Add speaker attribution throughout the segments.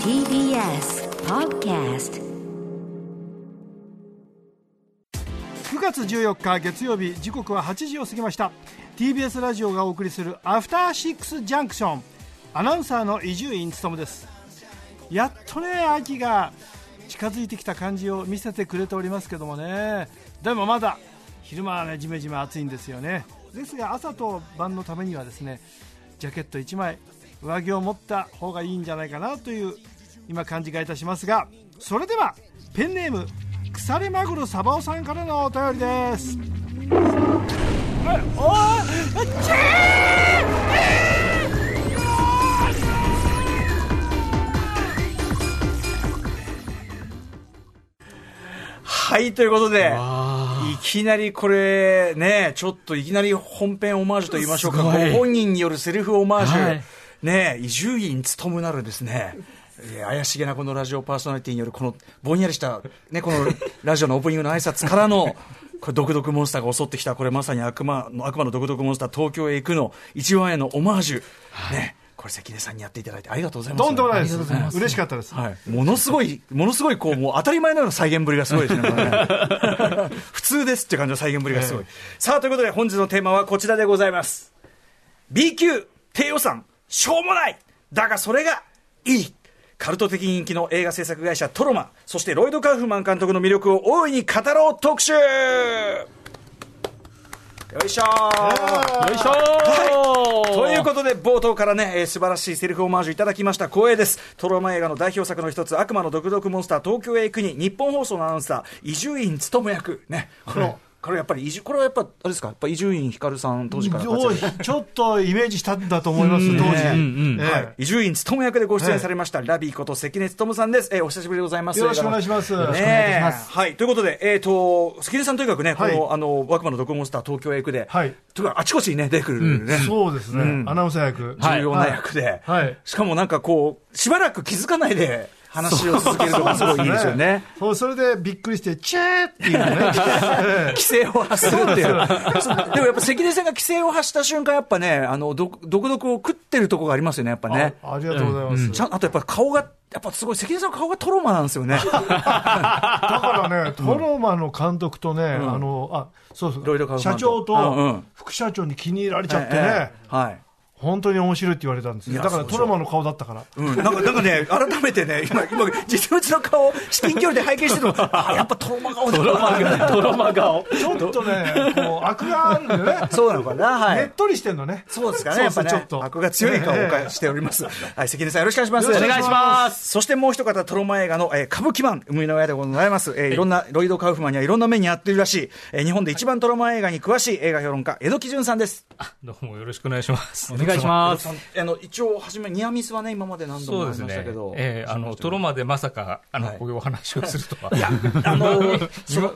Speaker 1: TBS Podcast
Speaker 2: 9月14日月曜日時刻は8時を過ぎました TBS ラジオがお送りする「アフターシックスジャンクション」アナウンサーの伊集院勤ですやっとね秋が近づいてきた感じを見せてくれておりますけどもねでもまだ昼間はねじめじめ暑いんですよねですが朝と晩のためにはですねジャケット1枚上着を持った方がいいんじゃないかなという今感じがいたしますがそれではペンネーム腐れマグロサバオさんからのお便りですあおーあっち
Speaker 3: はい、ということで、いきなりこれ、ね、ちょっといきなり本編オマージュと言いましょうか、ご
Speaker 4: すごい
Speaker 3: 本人によるセリフオマージュ、
Speaker 4: はい
Speaker 3: ね、伊集院務なるですね。えー怪しげなこのラジオパーソナリティによるこのぼんやりした、ね、このラジオのオープニングの挨拶からの、これ、毒毒モンスターが襲ってきた、これまさに悪魔の悪魔の毒毒モンスター、東京へ行くの、一話へのオマージュ、ね、これ、関根さんにやっていただいて、ありがとうございます。
Speaker 2: どんどんないで
Speaker 4: あ
Speaker 2: す
Speaker 4: りがとうございます
Speaker 2: 嬉しかったです、
Speaker 3: はい、ものすごい、ものすごい、こう、もう当たり前のような再現ぶりがすごい ですね、これね普通ですって感じの再現ぶりがすごい。さあ、ということで、本日のテーマはこちらでございます。B 級、低予算、しょうもないだがそれがいいカルト的人気の映画制作会社トロマ、そしてロイド・カウフマン監督の魅力を大いに語ろう特集よいしょー
Speaker 4: よいしょー
Speaker 3: ということで冒頭からね、えー素晴らしいセルフオマージュいただきました光栄ですトロマ映画の代表作の一つ「悪魔の毒々モンスター東京へ行くに」日本放送のアナウンサー伊集院勤役ねこの、これやっぱり伊集これはやっぱあれですかやっぱ伊集院光さん当時から活
Speaker 2: ど
Speaker 3: 躍
Speaker 2: うちょっとイメージしたんだと思います、当時、
Speaker 4: うんうん
Speaker 2: ええ
Speaker 3: はい伊集院勤役でご出演されました、ラビーこと関根勤さんです、えーお久しぶりでございます
Speaker 2: よろしくお願いします
Speaker 3: 映画の
Speaker 2: よろしく
Speaker 4: お願いしま
Speaker 3: ね
Speaker 4: す
Speaker 3: えはいということで、えー、と関根さんとにかくね、
Speaker 2: はい
Speaker 3: このあの悪魔の毒モンスター東京へ行くで、
Speaker 2: はい
Speaker 3: とにかくあちこちにね出てくるね、
Speaker 2: そうですね、
Speaker 3: うん
Speaker 2: アナウンサー役、
Speaker 3: 重要な役で、
Speaker 2: はいはい
Speaker 3: しかもなんかこう、しばらく気づかないで話を続けるのがすごいいいですよね。
Speaker 2: そうそれでびっくりして、チェーっていうのね、ええ
Speaker 3: 規制を発そうっていう、そうでもやっぱ関根さんが規制を発した瞬間、やっぱね、あの毒毒々を食ってるとこがありますよね、やっぱ ね。
Speaker 2: あありがとうございます、
Speaker 3: ちゃんあとやっぱ顔が、やっぱすごい、関根さんの顔がトロマなんですよね、
Speaker 2: だからね、トロマの監督とね、あのあそうそ
Speaker 3: ロイドカウ
Speaker 2: う
Speaker 3: フマン
Speaker 2: 社
Speaker 3: と
Speaker 2: 長
Speaker 3: うんう
Speaker 2: と
Speaker 3: ん
Speaker 2: 副社長に気に入られちゃってね、
Speaker 3: ええはい
Speaker 2: 本当に面白いって言われたんです
Speaker 3: い
Speaker 2: よ、だ
Speaker 3: や
Speaker 2: か
Speaker 3: そ
Speaker 2: ら
Speaker 3: うそう
Speaker 2: トロマの顔だった から、
Speaker 3: うん、なんかなんかね、改めてね、今、今実物の顔、至近距離で拝見し てても、あやっぱトロマ顔だな、
Speaker 4: トロマ顔。
Speaker 2: ちょっとね、こう悪があるんでね、
Speaker 3: そうなのかな、 はい、
Speaker 2: ねっとりしてんのね、
Speaker 3: そうですかね、やっぱ
Speaker 2: そう
Speaker 3: ね、
Speaker 2: そうちょっと
Speaker 3: 悪が強い顔をかしてお ります。はい、関根さんよろしくお願いします。。
Speaker 2: よろしくお願いします
Speaker 3: そしてもう一方、トロマ映画の、えー歌舞伎マン、生みの親でございます。えーいろんな、ロイド・カウフマンにはいろんな目にあっているらしい、えー日本で一番トロマ映画に詳しい映画評論家、江戸木淳さんです。
Speaker 5: どうもよろしくお願いします。
Speaker 4: お願いします
Speaker 3: 江。戸さんあの、一応、初め、ニアミスはね、今まで何度も
Speaker 5: そうで
Speaker 3: あり
Speaker 5: す
Speaker 3: ました
Speaker 5: ね
Speaker 3: けど。。
Speaker 5: えーあの、トロマでまさか、あの、
Speaker 3: はい
Speaker 5: こういうお話をするとは。
Speaker 3: あの、
Speaker 5: 今、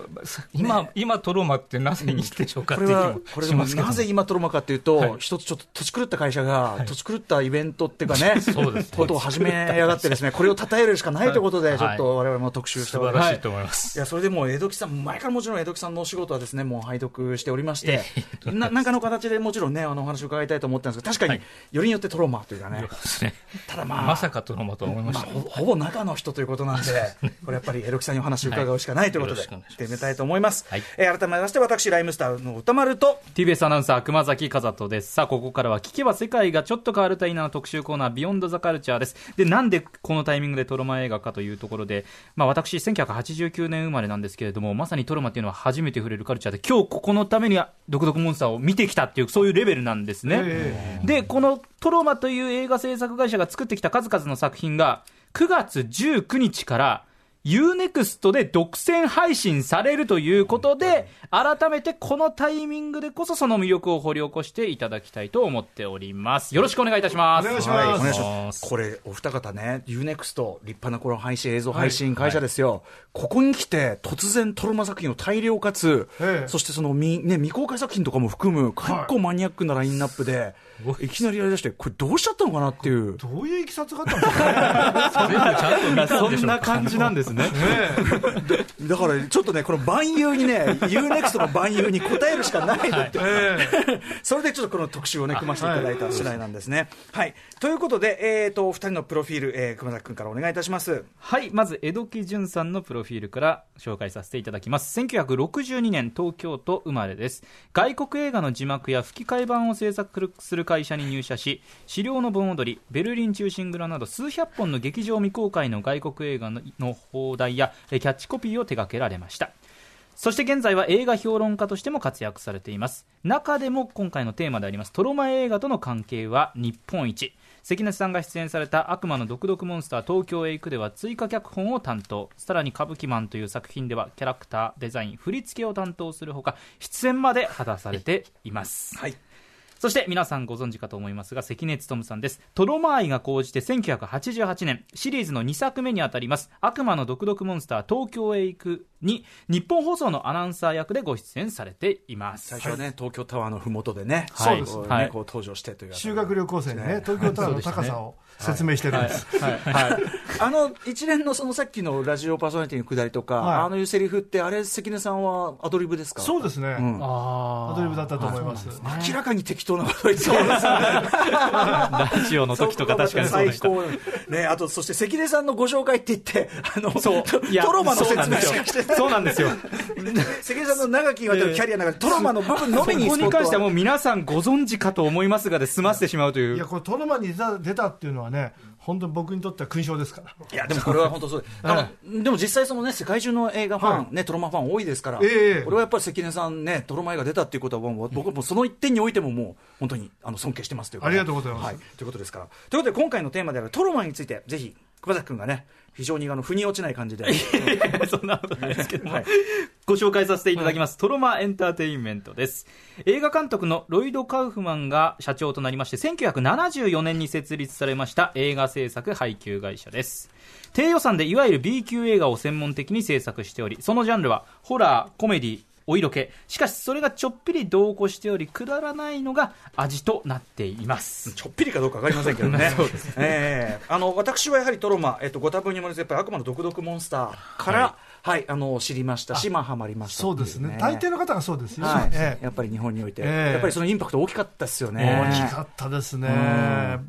Speaker 5: 今、今トロマってなぜいいんでしょうかっ
Speaker 3: こ
Speaker 5: ていう
Speaker 3: れ
Speaker 5: 気
Speaker 3: は
Speaker 5: も、
Speaker 3: これで
Speaker 5: し
Speaker 3: も
Speaker 5: ますけど
Speaker 3: な。ぜ今トロマかっていうと、一つちょっと土地狂った会社が、土地狂ったイベントっていうかね、
Speaker 5: そうですね
Speaker 3: ことを始めやがってですね、これを称えるしかないということで、ちょっと我々も特集して
Speaker 5: 素
Speaker 3: おり
Speaker 5: 晴
Speaker 3: ます
Speaker 5: らしいと思います。
Speaker 3: いやそれでもう江戸木さん、前からもちろん江戸木さんのお仕事はですねもう拝読しており まして、ななんかの形でもちろんね、あのお話を伺いたいと思ってたんですけど、確かによりによってトロマというかね、
Speaker 5: ですね。
Speaker 3: ただまあ、
Speaker 5: まさかトロマとは思いま
Speaker 3: まあ
Speaker 5: した。
Speaker 3: ほほぼ中の人というこ となんで、これやっぱり江戸木さんにお話を伺うしかないということで、
Speaker 5: はいよろしくお願いします
Speaker 3: やってみたいと思います。
Speaker 5: はい
Speaker 3: えー改めまして、私、ライムスターの歌丸と、
Speaker 4: TBS アナウンサー熊崎和人ですさあここからは聞けば世界がちょっと変わるといいなの特集コーナービヨンドザカルチャーですでなんでこのタイミングでトロマ映画かというところで、まあ、私1989年生まれなんですけれどもまさにトロマっていうのは初めて触れるカルチャーで今日ここのために独特モンスターを見てきたっていうそういうレベルなんですね、
Speaker 2: え
Speaker 4: でこのトロマという映画制作会社が作ってきた数々の作品が9月19日から UNEXT で独占配信されるということで改めてこのタイミングでこそその魅力を掘り起こしていただきたいと思っておりますよろしくお願いいたします
Speaker 2: お願いし
Speaker 3: は
Speaker 2: ま
Speaker 3: い、
Speaker 2: す
Speaker 3: お願いしま。
Speaker 5: ますす
Speaker 3: これ、お二方ね、UNEXT、立派なこの配信、映像配信会社ですよ、ここに来て、突然、トロマ作品を大量かつ、
Speaker 2: ええ
Speaker 3: そしてその未,、ね、未公開作品とかも含む、結構マニアックなラインナップで、い、きなりやりだして、これ、どうしちゃったのかなっていう。
Speaker 2: どういういきさつがあったんですかね、
Speaker 5: 全部ちゃんと見たんでしょうか
Speaker 4: そんな感じなんです
Speaker 6: ですね。
Speaker 3: だからちょっとね、この万有にね、UNEXT の万有に答えるしかない のって、それでちょっとこの特集をね、組ませていただいた次第なんですね。はい、ということで、えーと、お二人のプロフィール、えー熊崎君からお願いいたします。
Speaker 6: はい、まず江戸木淳さんのプロフィールから紹介させていただきます。1962年東京都生まれです。外国映画の字幕や吹き替え版を制作する会社に入社し、資料の盆踊り、ベルリン中心蔵など数百本の劇場未公開の外国映画のの放題やえキャッチコピーを手掛けられました。そして現在は映画評論家としても活躍されています中でも今回のテーマでありますトロマエ映画との関係は日本一関根さんが出演された「悪魔の毒毒モンスター東京へ行く」では追加脚本を担当さらに「歌舞伎マン」という作品ではキャラクターデザイン振り付けを担当するほか出演まで果たされています
Speaker 3: はい
Speaker 6: そして皆さんご存知かと思いますが関根勤さんですトロマ愛が高じて1988年シリーズの2作目にあたります「悪魔の毒毒モンスター東京へ行く」に日本放送のアナウンサー役でご出演されています
Speaker 3: 最初はね、東京タワーのふもとでね、
Speaker 6: はい
Speaker 3: こうね
Speaker 6: はい
Speaker 3: こう登場してという。
Speaker 2: 修学旅行生にね、東京タワーの高さを説明してるんです。
Speaker 6: はいはい
Speaker 3: あの一連のそのさっきのラジオパーソナリティのくだりとか、
Speaker 2: はい
Speaker 3: あのいうセリフって、あれ、関根さんはアドリブですか
Speaker 2: そうですね、
Speaker 3: ん
Speaker 2: ア
Speaker 6: ア
Speaker 2: ドリブだったと思います。
Speaker 3: 明らかに適当なこと言ってますね
Speaker 6: ラジオの時とか確かにそうでした
Speaker 3: 最高ね、あと、そして関根さんのご紹介って言って、あの、
Speaker 6: いや
Speaker 3: トロマの説明し
Speaker 6: そう
Speaker 3: か
Speaker 6: なん
Speaker 3: し
Speaker 6: で
Speaker 3: て
Speaker 6: すよそうな んですよ
Speaker 3: ない。関根さんの長きにわたるキャリアの中で、トロマの部分のみに
Speaker 6: ここに関してはも
Speaker 3: う、
Speaker 6: う皆さんご存知かと思いますがで済ませてしまうとい
Speaker 2: いうや、これ、トロマに出た出たっていうのはね、本当に僕にとっては勲章ですから。
Speaker 3: いや、でもこれは本 当そうです。あのでも実際そのね、世界中の映画ファン、ね、トロマファン多いですから、
Speaker 2: ええ
Speaker 3: 俺はやっぱり関根さんね、トロマ映画出たっていうことはもう、僕はもうその一点においてももう、本当にあの尊敬してますというか
Speaker 2: ありがとうございます
Speaker 3: はということですから。ということで、今回のテーマであるトロマについて、ぜひ、熊崎君がね、非常にあの、腑に落ちない感じで。
Speaker 6: そんなことないですけども、ご紹介させていただきます、トロマエンターテインメントです映画監督のロイド・カウフマンが社長となりまして1974年に設立されました映画制作配給会社です低予算でいわゆる B 級映画を専門的に制作しておりそのジャンルはホラーコメディお色気しかしそれがちょっぴり同行しておりくだらないのが味となっています
Speaker 3: ちょっぴりかどうかわかりませんけ どね。ええあの私はやはりトロマ、えっと、ご多分にもやっぱり悪魔の毒毒モンスターから、はい、あの知りましたし、まあ、はまりましたってい
Speaker 2: そうですね、大抵の方がそうですよ、
Speaker 3: はい
Speaker 2: ええ
Speaker 3: やっぱり日本において、
Speaker 2: ええ
Speaker 3: やっぱりそのインパクト大きかったですよね。
Speaker 2: 大きかったですね、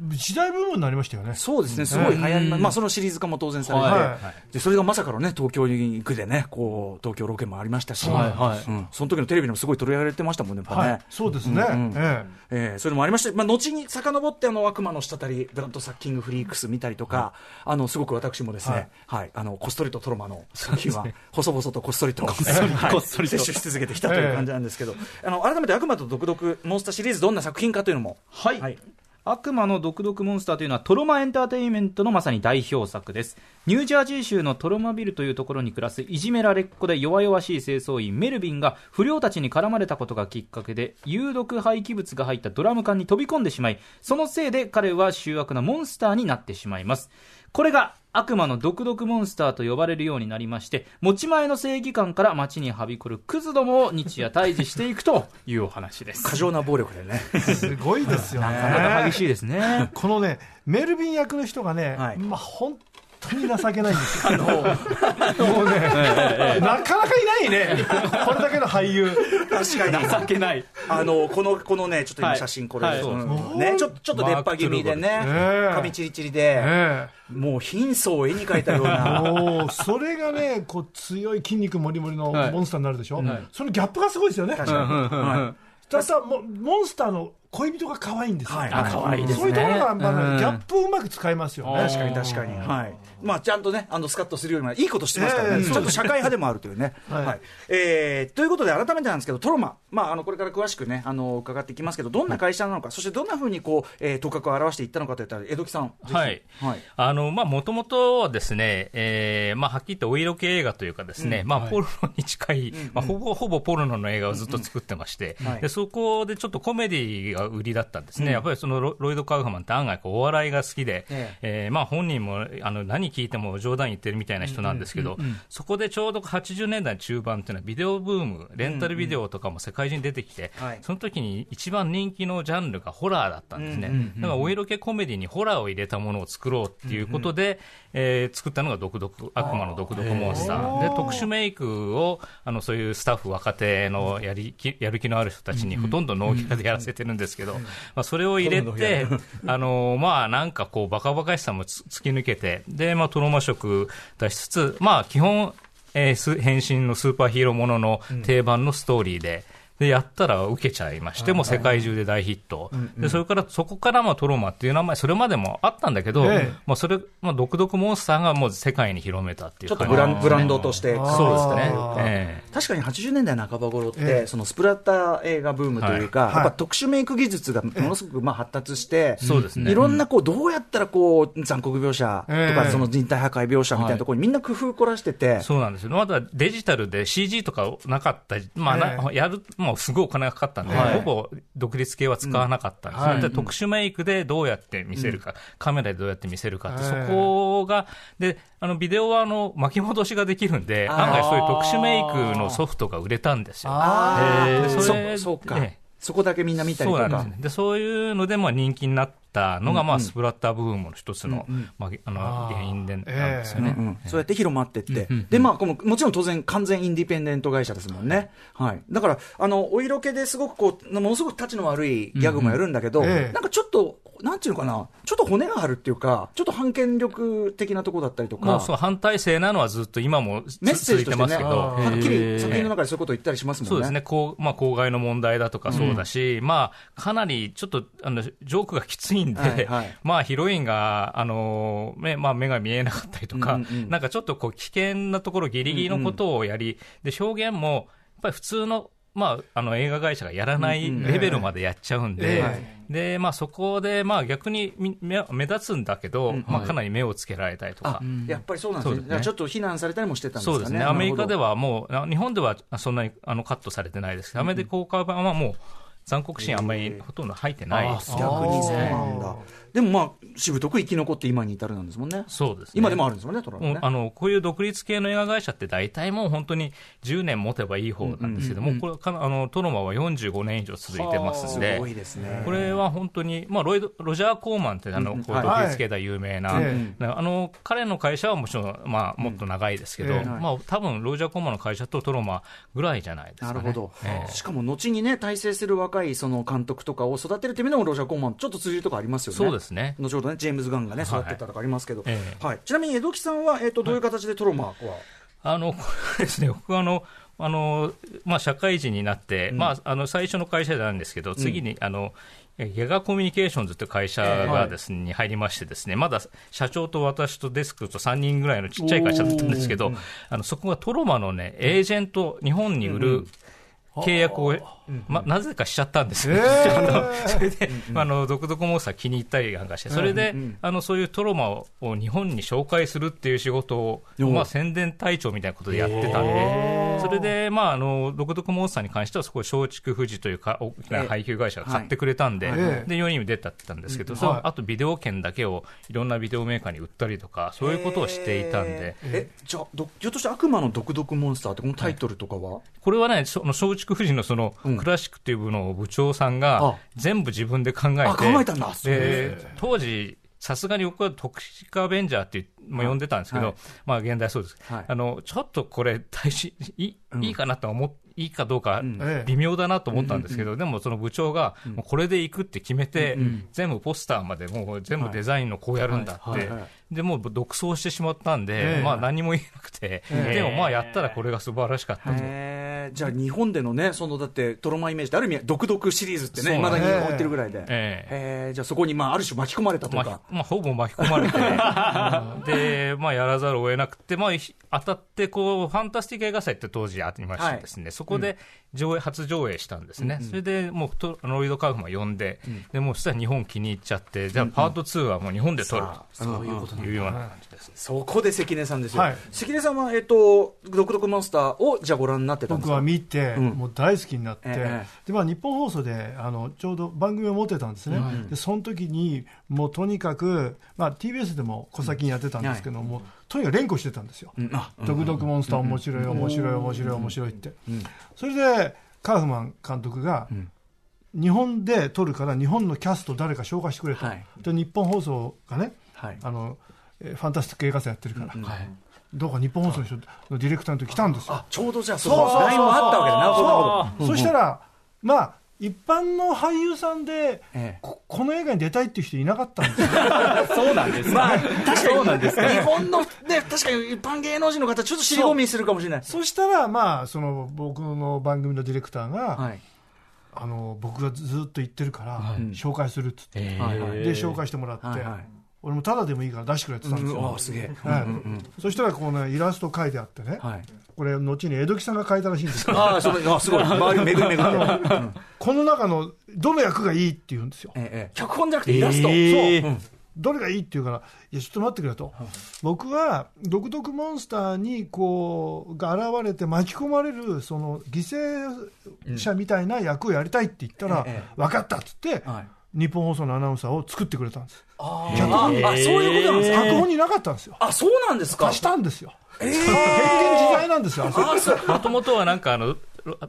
Speaker 2: 時代ブームになりましたよね、
Speaker 3: そうですね、すごい流行りま、まあ、そのシリーズ化も当然されて、
Speaker 2: は
Speaker 3: でそれがまさかのね、東京に行くでね、こう、東京ロケもありましたし、
Speaker 6: はいは
Speaker 3: う
Speaker 6: い
Speaker 3: んその時のテレビでもすごい取り上げられてましたもんね、やっぱ
Speaker 2: は
Speaker 3: ね。
Speaker 2: い、そうですね、
Speaker 3: うんうん
Speaker 2: え
Speaker 3: えーそれもありまして、まあ、後に遡ってあの悪魔の滴り、ブラッド・サッキング・フリークス見たりとか、あのすごく私もですね、はいあのこっそりとトロマの作品は、細々とこっそりと、こっそり
Speaker 6: こっそりと
Speaker 3: 摂取し続けてきたという感じなんですけど、あの改めて悪魔と毒々モンスターシリーズ、どんな作品かというのも、
Speaker 6: はい、悪魔の毒毒モンスターというのはトロマエンターテインメントのまさに代表作ですニュージャージー州のトロマビルというところに暮らすいじめられっ子で弱々しい清掃員メルビンが不良たちに絡まれたことがきっかけで有毒廃棄物が入ったドラム缶に飛び込んでしまいそのせいで彼は醜悪なモンスターになってしまいますこれが悪魔の毒毒モンスターと呼ばれるようになりまして持ち前の正義感から街にはびこるクズどもを日夜退治していくというお話です
Speaker 3: 過剰な暴力でね、
Speaker 2: えすごいですよね、
Speaker 6: なかなか激しいですね
Speaker 2: このね、メルビン役の人がね、
Speaker 3: はい
Speaker 2: まあ、本当に情けないんです よ、もうね、なかなかいないね、これだけの俳優、
Speaker 3: 確かに。
Speaker 6: 情けない
Speaker 3: あのこのこのね、ちょっと今、
Speaker 6: はい
Speaker 3: 写真、これ、
Speaker 6: はい
Speaker 3: うんね、ちょちょっと出っ歯気味でね、
Speaker 2: マークルーゴですね
Speaker 3: 髪チリチリで、
Speaker 2: え
Speaker 3: もう貧相を絵に描いた よう
Speaker 2: え
Speaker 3: な。
Speaker 2: もうそれがね、こう強い筋肉もりもりの
Speaker 6: はい
Speaker 2: モンスターになるでしょ、
Speaker 6: はい
Speaker 2: そのギャップがすごいですよね。
Speaker 3: 確かにはい
Speaker 2: たださモモンスターの恋人が可愛いんですよ、
Speaker 3: はいあ可愛いですね
Speaker 2: そういうところが、ま
Speaker 6: う
Speaker 2: あ、
Speaker 6: ん
Speaker 2: ギャップをうまく使いますよね
Speaker 3: 確かに確かに、はいまあ、ちゃんとねあのスカッとするよりもいいことしてますからね、
Speaker 2: ええ
Speaker 3: ちょっと社会派でもあるというね。は
Speaker 2: はいい
Speaker 3: えーということで改めてなんですけどトロマ、まあ、あのこれから詳しくねあの伺っていきますけどどんな会社なのか、そしてどんなふうにこう、えー、頭角を表していったのかといったら江戸木さんぜひ
Speaker 4: はい
Speaker 3: はい
Speaker 4: あの、まあ、もともとはですね、えー、まあ、はっきり言ってお色気映画というかですね、まあ、ポルノに近い、まあ、ほぼ、ほぼポルノの映画をずっと作ってまして、
Speaker 3: んはい
Speaker 4: で、そこでちょっとコメディがが売りだったんですね、やっぱりそのロロイド・カウフマンって案外こうお笑いが好きで、
Speaker 2: え
Speaker 4: えーまあ、本人もあの何聞いても冗談言ってるみたいな人なんですけど、そこでちょうど80年代中盤っていうのは、ビデオブーム、レンタルビデオとかも世界中に出てきて、
Speaker 2: はい
Speaker 4: その時に一番人気のジャンルがホラーだったんですね、だからお色気コメディにホラーを入れたものを作ろうっていうことで、えー作ったのが毒毒悪魔の毒毒モンスター、で特殊メイクをあのそういうスタッフ、若手のやりき やる気のある人たちにほとんどノーギャラでやらせてるんですけど、まあ、それを入れ て、あのまあ、なんかこう、バカバカしさもつ突き抜けて、でまあ、トロマ色出しつつ、まあ、基本、えーす変身のスーパーヒーローものの定番のストーリーで。でやったら受けちゃいまして、もう世界中で大ヒット、でそれからそこからまあトロマっていう名前、それまでもあったんだけど、
Speaker 2: ええ
Speaker 4: まあ、それ、まあ、独特モンスターがもう世界に広めたっていう
Speaker 3: ちょっと
Speaker 4: 感
Speaker 3: ブ
Speaker 4: じ
Speaker 3: ラ
Speaker 4: な
Speaker 3: ン
Speaker 4: んですね
Speaker 3: ブランドとして
Speaker 4: そうですね
Speaker 3: あ、ー
Speaker 4: え
Speaker 3: 確かに80年代半ば頃って、
Speaker 2: ええ
Speaker 3: そのスプラッター映画ブームというか、
Speaker 2: はい
Speaker 3: やっぱ特殊メイク技術がものすごくまあ発達して、
Speaker 4: そうですね
Speaker 3: いろんなこうどうやったらこう残酷描写と
Speaker 2: え
Speaker 3: か、
Speaker 2: え
Speaker 3: その人体破壊描写みたいなところにみんな工夫凝らしてて
Speaker 4: え、そうなんですよ、まだデジタルで CG とかなかったり、まあなやる、もうすごいお金がかかったんで、ほぼ独立系は使わなかったんですね、で特殊メイクでどうやって見せるか、カメラでどうやって見せるかって、
Speaker 2: はい
Speaker 4: そこが、であのビデオはあの巻き戻しができるんで、案外そういう特殊メイクのソフトが売れたんですよ。
Speaker 3: あー
Speaker 4: えーそれ
Speaker 3: そそうか、
Speaker 4: ええ
Speaker 3: そこだけみんな見たり
Speaker 4: そ
Speaker 3: と
Speaker 4: うなんで
Speaker 3: か
Speaker 4: すね。。で、そういうので、まあ、人気になったのが、まあ、スプラッター部分も一つの、まあ、あの、原因で、なんですよね。
Speaker 3: うんそうやって広まってって、でまあ、このもちろん当然、完全インディペンデント会社ですもんね、はい、だからあの、お色気ですごくこう、ものすごくたちの悪いギャグもやるんだけど、
Speaker 2: うんうんええ
Speaker 3: なんかちょっと、なんていうのかな、ちょっと骨が張るっていうか、ちょっと反権力的なところだったりとか、
Speaker 4: もう、そう、反対性なのはずっと今もつ
Speaker 3: メッセー
Speaker 4: 続
Speaker 3: ジとして、
Speaker 4: いてます
Speaker 3: ね、
Speaker 4: けど、
Speaker 3: はっき
Speaker 4: え
Speaker 3: り
Speaker 4: ー
Speaker 3: 作品の中でそういうことを言ったりしますもんね。
Speaker 4: そうですね、こうまあ、公害の問題だとかそうだし、まあ、かなりちょっとあのジョークがきついんで、
Speaker 3: はいはい
Speaker 4: まあ、ヒロインが、あの目まあ、目が見えなかったりとか、
Speaker 3: うんうんうん
Speaker 4: なんかちょっとこう危険なところ、ギリギリのことをやり、で表現もやっぱり普通の。まあ、あの映画会社がやらないレベルまでやっちゃうん
Speaker 2: ええ
Speaker 4: で、
Speaker 2: はい
Speaker 4: でまあ、そこで、まあ、逆にみ目目立つんだけど、まあ、かなり目をつけられたりとか、
Speaker 3: あやっぱりそうなんですね
Speaker 4: そうですね
Speaker 3: だからちょっと非難されたりもしてたんですか
Speaker 4: そ
Speaker 3: ね
Speaker 4: うですね、アメリカで
Speaker 3: は
Speaker 4: はもう、あ日本ではあそんなにあのカットされてないですけど、アメリカ公開版はもう、残酷シーン、あんまりほとんど入ってないですね、
Speaker 3: 逆にそうなんだでもまあしぶとく生き残って今に至るなんですもんね
Speaker 4: そうですね、
Speaker 3: 今でもあるんですもんねトランプ
Speaker 4: もう
Speaker 3: ね
Speaker 4: あのこういう独立系の映画会社って、大体もう本当に10年持てばいい方なんですけども、これかあのトロマは45年以上続いてますんで。
Speaker 3: 多いですね
Speaker 4: これは本当に、まあ、ロイドロジャー・コーマンってあの、こう
Speaker 3: はい
Speaker 4: 独立系では有名な、
Speaker 2: え
Speaker 4: あの彼の会社はもちろん、まあ、もっと長いですけど、
Speaker 2: ええ
Speaker 4: まあ、多分ロジャー・コーマンの会社とトロマぐらいじゃないです
Speaker 3: な
Speaker 4: か、ね、
Speaker 3: るほど、
Speaker 4: ええ
Speaker 3: しかも後にね、大成する若いその監督とかを育てるためのロジャー・コーマン、ちょっと通じるとこありますよね、
Speaker 4: そうですね
Speaker 3: 後ほどね、ジェームズ・ガンがね、育ってたとかありますけど、はい
Speaker 4: ええ
Speaker 3: ちなみに江戸木さんは、えー、とどういう形でトロマは、
Speaker 4: あのこれですね、僕はあのあの、まあ、社会人になって、まあ、あの最初の会社なんですけど、次に、あのギャガコミュニケーションズという会社がです、ねに入りましてです、ね、まだ社長と私とデスクと3人ぐらいのちっちゃい会社だったんですけど、あのそこがトロマの、ね、エージェント、日本に売る契約を、ま、なぜかしちゃったんですよ、 それで、あの、独特モンスター気に入ったりなんかして、それで、あの、そういうトロマを日本に紹介するっていう仕事を、まあ、宣伝隊長みたいなことでやってたんで、それで、まあ、あの、独特モンスターに関しては、そこを松竹富士というか、大きな配給会社が買ってくれたんで、
Speaker 2: ええ
Speaker 4: で、4人出たってたんですけど、そのあとビデオ券だけをいろんなビデオメーカーに売ったりとか、そういうことをしていたんで、
Speaker 3: えーえじゃあ、どひょっとして悪魔の毒毒モンスターって、このタイトルとかは、
Speaker 4: これはね、その松竹富士のその
Speaker 3: うん
Speaker 4: クラシックっていう部の部長さん
Speaker 3: あ
Speaker 4: が、全部自分で考えて、
Speaker 3: あ考えたんだそう
Speaker 4: で当時、さすがに僕はトクシカアベンジャーっていう、まあ、呼んでたんですけど、
Speaker 3: はい
Speaker 4: まあ現代そうです、
Speaker 3: はい
Speaker 4: あのちょっとこれ大事い、いいかなとは思っいいかどうか
Speaker 3: ん
Speaker 2: ええ
Speaker 4: 微妙だなと思ったんですけど、でもその部長が、もうこれで行くって決めて、全部ポスターまで、もう全部デザインのこうやるんだっ
Speaker 3: はいは
Speaker 4: て
Speaker 3: いはい、
Speaker 4: でもう独走してしまったんで、
Speaker 2: ええ
Speaker 4: まあ何も言えなくて、でもまあやったらこれが素晴らしかったと
Speaker 3: へーじゃあ、日本でのね、そのだって、トロマイメージって、ある意味、毒毒シリーズってね、
Speaker 4: そ
Speaker 3: いう
Speaker 4: な
Speaker 3: ま
Speaker 4: ん
Speaker 3: だ
Speaker 4: で
Speaker 3: に
Speaker 4: す
Speaker 3: 追ってるぐらいで、
Speaker 4: ええ
Speaker 3: えーじゃあ、そこに、まあ、ある種巻き込まれたという
Speaker 4: ま
Speaker 3: か、
Speaker 4: あ、まあ、ほぼ巻き込まれ て、で、まあ、やらざるを得なくて、まあ、ひ当たって、こう、ファンタスティック映画祭って当時ありましてですね、そこで上映、初上映したんですね。それで、もうト、ロイド・カウフマン呼んで、で、もう、そしたら日本気に入っちゃって、じゃあ、パート2はもう日本で撮る
Speaker 3: さあそういうこと
Speaker 4: というような感じですね。
Speaker 3: そこで関根さんですよ、
Speaker 2: はい
Speaker 3: 関根さんは、えっと、独特モンスターをじゃあご覧になってたんです
Speaker 2: 僕
Speaker 3: か
Speaker 2: は見て、
Speaker 3: うん
Speaker 2: もう大好きになって、
Speaker 3: ええ
Speaker 2: でまあ、日本放送であのちょうど番組を持ってたんですね、でその時に、もうとにかく、まあ、TBS でも小先にやってたんですけども、とにかく連呼してたんですよ、
Speaker 3: うんあ
Speaker 2: ドクドクモンスター面白い、面白い、面白い、面白いって、それでカーフマン監督が、日本で撮るから、日本のキャスト、誰か紹介してくれと、
Speaker 3: はい
Speaker 2: で日本放送がね、
Speaker 3: はい
Speaker 2: あのえーファンタスティック映画祭やってるから、どうか日本放送の人のディレクターの時来たんですよ。
Speaker 3: あちょうどじゃあそ
Speaker 2: そうそうそう
Speaker 3: ラインもあったわけだなるほどなるほど
Speaker 2: そしたら、まあ、一般の俳優さんで、
Speaker 3: ええ
Speaker 2: ここの映画に出たいっていう人いなかったんで すよ
Speaker 6: そうなんですね、
Speaker 3: まあ、確かに、日本の、ね、確かに一般芸能人の方、ちょっと尻込みするかもしれない。
Speaker 2: そしたら、まあ、その僕の番組のディレクターが、
Speaker 3: はい。
Speaker 2: あの僕がずっと言ってるから、
Speaker 6: はい
Speaker 2: 紹介するっつって、
Speaker 6: え
Speaker 3: はいは
Speaker 2: で紹介してもらって、
Speaker 3: はいはい
Speaker 2: 俺もただでもいいから出してくれって言ってたんです
Speaker 3: う
Speaker 2: よ
Speaker 3: わ、すげえ。
Speaker 2: はいそしたらこう、ね、イラスト書いてあってね、
Speaker 3: はい。
Speaker 2: これ後に江戸木さんが書いたらしいんですけど
Speaker 3: ああ、その、あ、すごい。周り巡り巡ってる。うん
Speaker 2: この中のどの役がいいって言うんですよ
Speaker 3: ええええ脚本じゃなくてイラスト。
Speaker 6: えー
Speaker 3: そううん
Speaker 2: どれがいいって言うから、いや、ちょっと待ってくれと、僕は、独特モンスターにこうが現れて巻き込まれるその犠牲者みたいな役をやりたいって言ったら、
Speaker 3: え
Speaker 2: 分かったっつって、
Speaker 3: はい
Speaker 2: 日本放送のアナウンサーを作ってくれたんです、
Speaker 3: あ
Speaker 2: 脚本
Speaker 3: ーあ、そういうことなんですか。
Speaker 2: 脚本になかったんですよ、
Speaker 3: あ、そうなんですか
Speaker 2: 足。したんですよ、
Speaker 3: ええ
Speaker 2: 変幻自在なんですよ、あそこ
Speaker 3: あ、そう。
Speaker 4: もともとはなんかあの、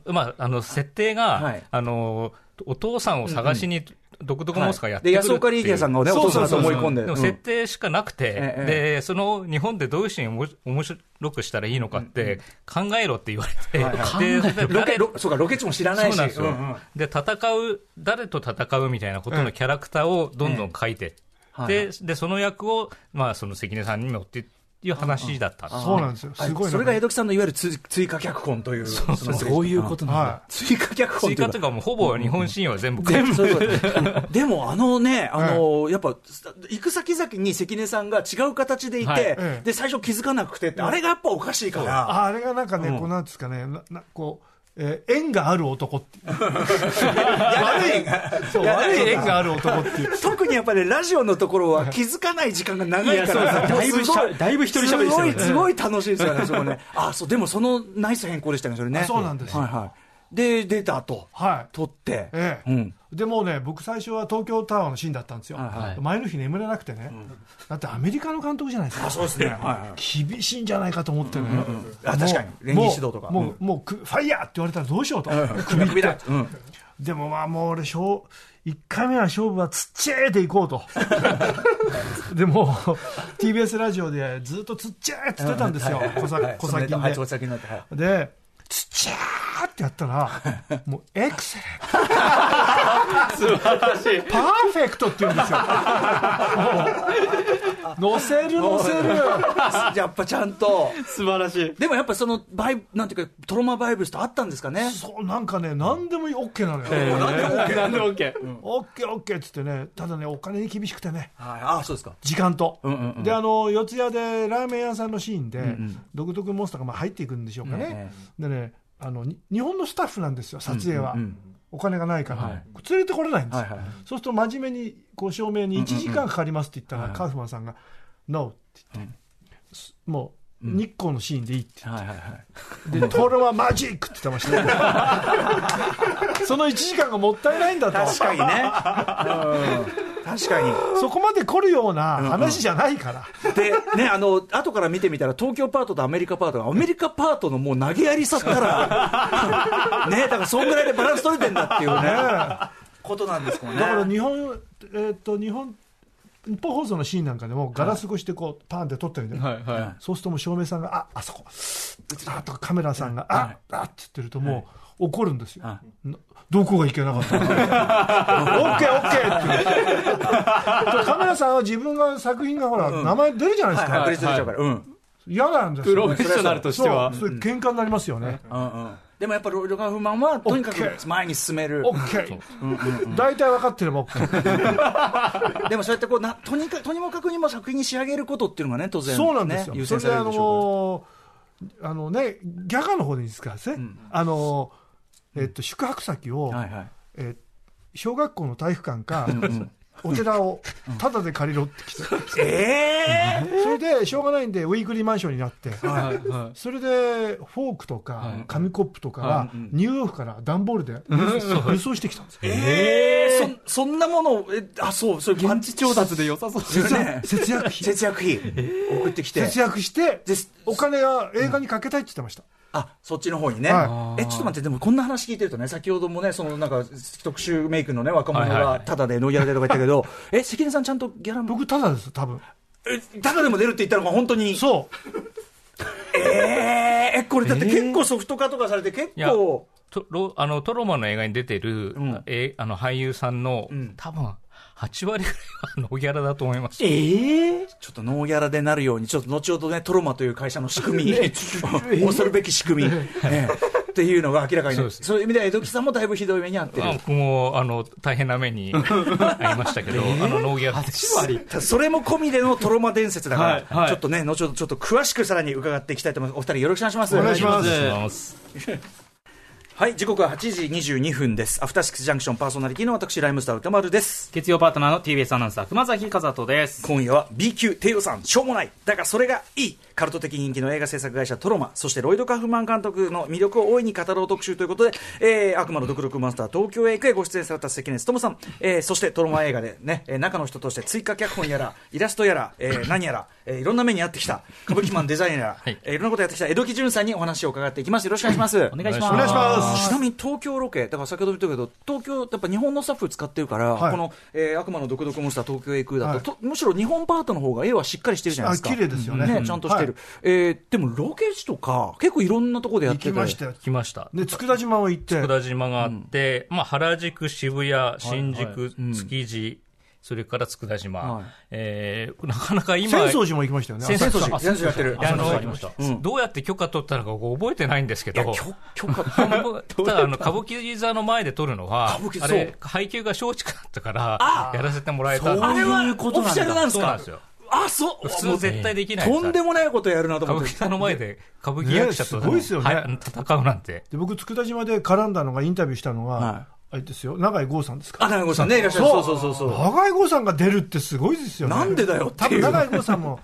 Speaker 4: まあ、あの、設定が、
Speaker 3: はい
Speaker 4: あの、お父さんを探しに、どこどこモスカやって
Speaker 3: で、
Speaker 4: くるって
Speaker 3: 安
Speaker 4: いう。
Speaker 3: 岡力也さんがね、お父さんだと思い込んで。
Speaker 4: でも
Speaker 3: うん
Speaker 4: 設定しかなくて、
Speaker 3: ええ
Speaker 4: でその日本でどういうシーンを面白くしたらいいのかって考えろって言われて、で誰
Speaker 3: ロケ、ロそうか、ロケ地も知らない
Speaker 4: そう
Speaker 3: し。
Speaker 4: なんですよ、
Speaker 3: うんうん
Speaker 4: で戦う誰と戦うみたいなことのキャラクターをどんどん書いてって、
Speaker 3: はいはい
Speaker 4: ででその役を、まあ、その関根さんにもっていう話だったんです
Speaker 2: そうなんですよ、すごい
Speaker 3: それが江
Speaker 2: 戸
Speaker 3: 戸木さんのいわゆるつ追加脚本という。そう
Speaker 6: そういうことなんだ、
Speaker 2: は
Speaker 3: 追加脚本
Speaker 4: 追
Speaker 3: という
Speaker 4: 加
Speaker 3: か
Speaker 4: というか、もうほぼ日本シーンは全部書いて
Speaker 3: 全部そういうことでもあのね、あのやっぱ、行く先々に関根さんが違う形でいて、
Speaker 6: はい
Speaker 2: ええ
Speaker 3: で最初気づかなくてって、あれがやっぱおかしいか
Speaker 2: い、
Speaker 3: ら、
Speaker 2: ああれがなんかね、こうなんですかね、ななこうえー縁がある男って いう、悪い、そう
Speaker 3: やだ
Speaker 2: 悪い縁がある男っていう。
Speaker 3: 特にやっぱり、ね、ラジオのところは気づかない時間が長いから、
Speaker 6: いやそうです
Speaker 3: もうすご
Speaker 6: だいぶしゃだいぶ一人喋りしてる
Speaker 3: すごい、すごい楽しいですよね、そこね。あそうでもそのナイス変更でしたね、それね。
Speaker 2: そうなんですよ
Speaker 3: はいはい、で、出たと、
Speaker 2: はい
Speaker 3: 撮って、
Speaker 2: ええ
Speaker 3: うん
Speaker 2: でもうね、僕、最初は東京タワーのシーンだったんですよ、
Speaker 3: はいは
Speaker 2: 前の日眠れなくてね、だってアメリカの監督じゃないですか、
Speaker 3: そうですね、はい
Speaker 2: 厳しいんじゃないかと思ってね、
Speaker 3: あ確かに
Speaker 2: もう
Speaker 3: 連議指導とか
Speaker 2: もう,、
Speaker 3: うん
Speaker 2: もうもうくファイヤーって言われたらどうしようと、
Speaker 3: 首首だ、うん
Speaker 2: でもまあ、もう俺、勝1回目は勝負はつっちゃえでいこう と、でも TBS ラジオでずっとつっちゃえって言ってたんですよ、小さ小先
Speaker 3: そのネタはい小
Speaker 2: で。
Speaker 3: 先になって、はい
Speaker 2: でつっちゃーってやった ら、もうエクセレントパーフェクトって言うんですよ。乗せる乗せる。
Speaker 3: やっぱちゃんと。
Speaker 6: 素晴らしい
Speaker 3: でもやっぱそのバイブ、なんていうか、トロマバイブスとあったんですかね。
Speaker 2: そう、なんかね、何でもいい、オッケーなのよ。
Speaker 6: なんで OK
Speaker 2: オッケー、オッケーっつってね、ただね、お金に厳しくてね。
Speaker 3: はい、ああ、そうですか。
Speaker 2: 時間と、
Speaker 3: んうんうん
Speaker 2: であの四谷でラーメン屋さんのシーンで、独特モンスターがまあ入っていくんでしょうかね、でねあのに日本のスタッフなんですよ、撮影は、
Speaker 3: うんうんうん
Speaker 2: お金がないから、
Speaker 3: はい
Speaker 2: 連れてこれないんですよ、
Speaker 3: はいはいはい
Speaker 2: そうすると真面目にこう照明に1時間かかりますって言ったら、カーフマンさんが、ノーって言って、すもう日光のシーンでいいって。
Speaker 3: はいはいはい。
Speaker 2: で、トロはマジックって言ってました ねその1時間がもったいないんだと。
Speaker 3: 確かにね。うん確かに。
Speaker 2: そこまで来るような話じゃないから。
Speaker 3: で、ね、あの、後から見てみたら、東京パートとアメリカパートが、アメリカパートのもう投げやりさ から、ね、だからそんぐらいでバランス取れてんだっていうね、ことなんですもんね。
Speaker 2: だから日本、えーっと、日本、日本放送のシーンなんかでも、ガラス越しでこう、パーンって撮ってるんで、
Speaker 6: はいはい
Speaker 2: そうするともう照明さんが、あ、あそこ、あとかカメラさんが、あ、あって言ってるともう、怒るんですよ
Speaker 3: は。
Speaker 2: などこがいけなかったのオッケーオッケーって言って。カメラさんは自分が作品がほら、名前出るじゃないです
Speaker 3: 確
Speaker 2: か。
Speaker 3: 立でしょうから。うん。
Speaker 2: 嫌なんです
Speaker 6: プロ
Speaker 2: よ
Speaker 6: フェ
Speaker 2: ね。
Speaker 6: ッショナルとしては
Speaker 2: そう、そういう喧嘩になりますよね。
Speaker 3: うんうん。でもやっぱロロカフマンは、とにか
Speaker 2: オッケ
Speaker 3: く
Speaker 2: ー
Speaker 3: 前に進める。
Speaker 2: オッケー。大体分かってればオッケー。
Speaker 3: でもそうやってこうなとにかとにもかくにも作品に仕上げることっていうのがね当然
Speaker 2: そうなんですよ。
Speaker 3: ね、優
Speaker 2: そ
Speaker 3: 先
Speaker 2: れ
Speaker 3: さ
Speaker 2: で
Speaker 3: れ
Speaker 2: あ
Speaker 3: るでしょう
Speaker 2: のーあのね、ギャガの方でいいですかね、あのーえっと、宿泊先を、
Speaker 3: から、はいはい、
Speaker 2: えー小学校の体育館か、お寺をタダで借りろって来て、
Speaker 3: ええ
Speaker 2: それでしょうがないんでウィークリーマンションになって、 それでフォークとか紙コップとかはニューヨークから段ボールで 輸送してきたんですよ
Speaker 3: えー、そそんなものを、えあ、そう、それ現地調達で良さそうですね。
Speaker 2: 節約費
Speaker 3: 節約費、送ってきて。
Speaker 2: 節約して
Speaker 3: です
Speaker 2: お金が映画にかけたいって言ってました、
Speaker 3: あそっちの方にね、
Speaker 2: は
Speaker 3: えちょっと待って、でもこんな話聞いてるとね、先ほどもね、そのなんか特集メイクのね、若者
Speaker 4: はいはい
Speaker 3: がただでノギャラでとか言ったけど、え関根さん、ちゃんとギャラも、
Speaker 2: 僕ただです多分
Speaker 3: えただでも出るって言ったのが、本当に、
Speaker 2: そう
Speaker 3: えー、えこれだって結構ソフト化とかされて、結
Speaker 4: いや
Speaker 3: 構、
Speaker 4: とロあのトロマの映画に出てる、
Speaker 3: ん
Speaker 4: えあの俳優さんの、多分8割ぐらいはノーギャラだと思います。
Speaker 3: ちょっとノーギャラでなるように、ちょっと後ほどね、トロマという会社の仕組み、 恐るべき仕組み、ええっていうのが明らかにな
Speaker 4: そ
Speaker 3: る、
Speaker 4: うです
Speaker 3: そういう意味では江戸木さんもだいぶひどい目に遭ってる
Speaker 4: まあ。僕もあの大変な目にありましたけど、あのノーギャラです。
Speaker 3: ただそれも込みでのトロマ伝説だから、
Speaker 6: はいはい
Speaker 3: ちょっとね、後ほどちょっと詳しくさらに伺っていきたいと思います。お二人よろしくお願いします。
Speaker 2: お願いします
Speaker 4: お願いします
Speaker 3: はい、時刻は8時22分です。アフターシックスジャンクションパーソナリティの私、ライムスター歌丸です。
Speaker 6: 月曜パートナーの TBS アナウンサー熊崎和人です
Speaker 3: 今夜は B 級低予算、しょうもない。だがそれがいい。カルト的人気の映画制作会社トロマ、そしてロイド・カフマン監督の魅力を大いに語ろう特集ということで、えー、悪魔の毒力マスター東京へ行くへご出演された関根勤さん、えー、そしてトロマ映画でね、えー中の人として追加脚本やら、イラストやら、えー、何やら、えー、いろんな目に遭ってきた、歌舞伎マンデザインやら、いえーいろんなことやってきた江戸木潤さんにお話を伺っていきます。よろしくお願いします。
Speaker 6: お願いします
Speaker 2: お願いします
Speaker 3: ちなみに東京ロケ、だから先ほども言ったけど、東京、やっぱ日本のスタッフ使ってるから、
Speaker 2: はい
Speaker 3: この、えー悪魔の毒々モンスター東京へ行くだと,
Speaker 2: はい
Speaker 3: と、むしろ日本パートの方が絵はしっかりしてるじゃないですか。
Speaker 2: あ綺麗ですよねうん
Speaker 3: ちゃんとしてる。えーでもロケ地とか、結構いろんなとこでやっ
Speaker 2: 行
Speaker 3: てて
Speaker 2: きましたよ
Speaker 4: 来ました。
Speaker 2: で佃島を行って
Speaker 4: 福田島があって、まあ、原宿、渋谷、新宿、築地、それから佃島、
Speaker 3: はい
Speaker 4: えーなかなか今、
Speaker 2: 浅草寺も行きましたよね
Speaker 4: 浅草
Speaker 3: あ
Speaker 4: 寺
Speaker 3: 先生やってる。
Speaker 4: いやあ
Speaker 3: あの
Speaker 4: のどうやって許可取ったのか僕覚えてないんですけど、
Speaker 3: 許許可
Speaker 4: ただあの、歌舞伎座の前で撮るのは
Speaker 3: 歌舞伎、
Speaker 4: あ
Speaker 3: そう
Speaker 4: れ、配給が松竹だったから、やらせてもらえたんで
Speaker 3: あれは
Speaker 4: そう
Speaker 3: オフィシャルなんです
Speaker 4: そうなん
Speaker 3: か
Speaker 4: ですよ。
Speaker 3: あ、そう。
Speaker 4: 普通絶対できない
Speaker 3: とんで
Speaker 4: も
Speaker 3: もないことやるなと
Speaker 4: 歌
Speaker 3: 思
Speaker 4: 舞
Speaker 3: っ
Speaker 4: 伎
Speaker 3: て。
Speaker 4: 座の前で歌舞伎役者と
Speaker 2: ねすごいですよね
Speaker 4: はい戦うなんて。
Speaker 2: で僕佃島で絡んだのがインタビューしたのが、
Speaker 3: はい
Speaker 2: あれですよ永井豪さんですか
Speaker 3: あ、長子さんね、いらっしゃる。そうそうそうそう。
Speaker 2: 永井豪さんが出るってすごいですよね
Speaker 3: なんでだよって
Speaker 2: 多
Speaker 3: い
Speaker 2: 分
Speaker 3: う。
Speaker 2: 永井豪さんも、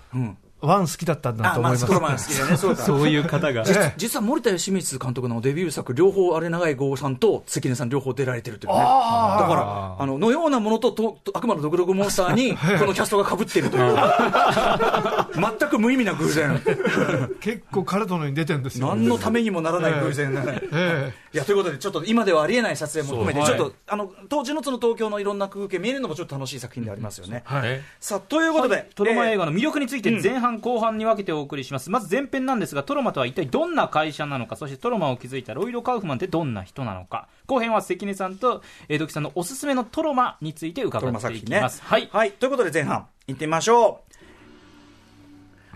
Speaker 2: ワン好きだったんだ
Speaker 3: あ、
Speaker 2: と思
Speaker 3: ま
Speaker 2: い
Speaker 3: あ、
Speaker 2: ま
Speaker 3: ス
Speaker 2: す
Speaker 3: クロマン好きだよね、そうか。
Speaker 6: そういう方が
Speaker 2: ええ
Speaker 3: 実は森田芳光監督のデビュー作、両方、あれ、長い郷さんと関根さん、両方出られてるというね、だ
Speaker 2: あー
Speaker 3: から、あののようなものととと悪魔の毒毒モンスターに、このキャストがかぶってるという、全く無意味な偶然、
Speaker 2: 結構カルトのに出てるんですよ
Speaker 3: 何のためにもならない偶然ね。
Speaker 2: え
Speaker 3: いやということで、ちょっと今ではありえない撮影も含めて、
Speaker 4: そう
Speaker 3: ちょ
Speaker 4: は
Speaker 3: っ
Speaker 4: い
Speaker 3: とあの当時のその東京のいろんな風景見えるのもちょっと楽しい作品でありますよね。
Speaker 4: え
Speaker 3: さあということで、
Speaker 6: トロマ映
Speaker 3: 画
Speaker 6: 画の魅力について前半後半に分けてお送りします、まず前編なんですがトロマとは一体どんな会社なのかそしてトロマを築いたロイド・カウフマンってどんな人なのか後編は関根さんと江戸木さんのおすすめのトロマについて伺
Speaker 3: トロマ
Speaker 6: っ
Speaker 3: 作
Speaker 6: てい
Speaker 3: 品
Speaker 6: き
Speaker 3: ね。
Speaker 6: ます、はい
Speaker 3: はい。ということで前半、行ってみましょう。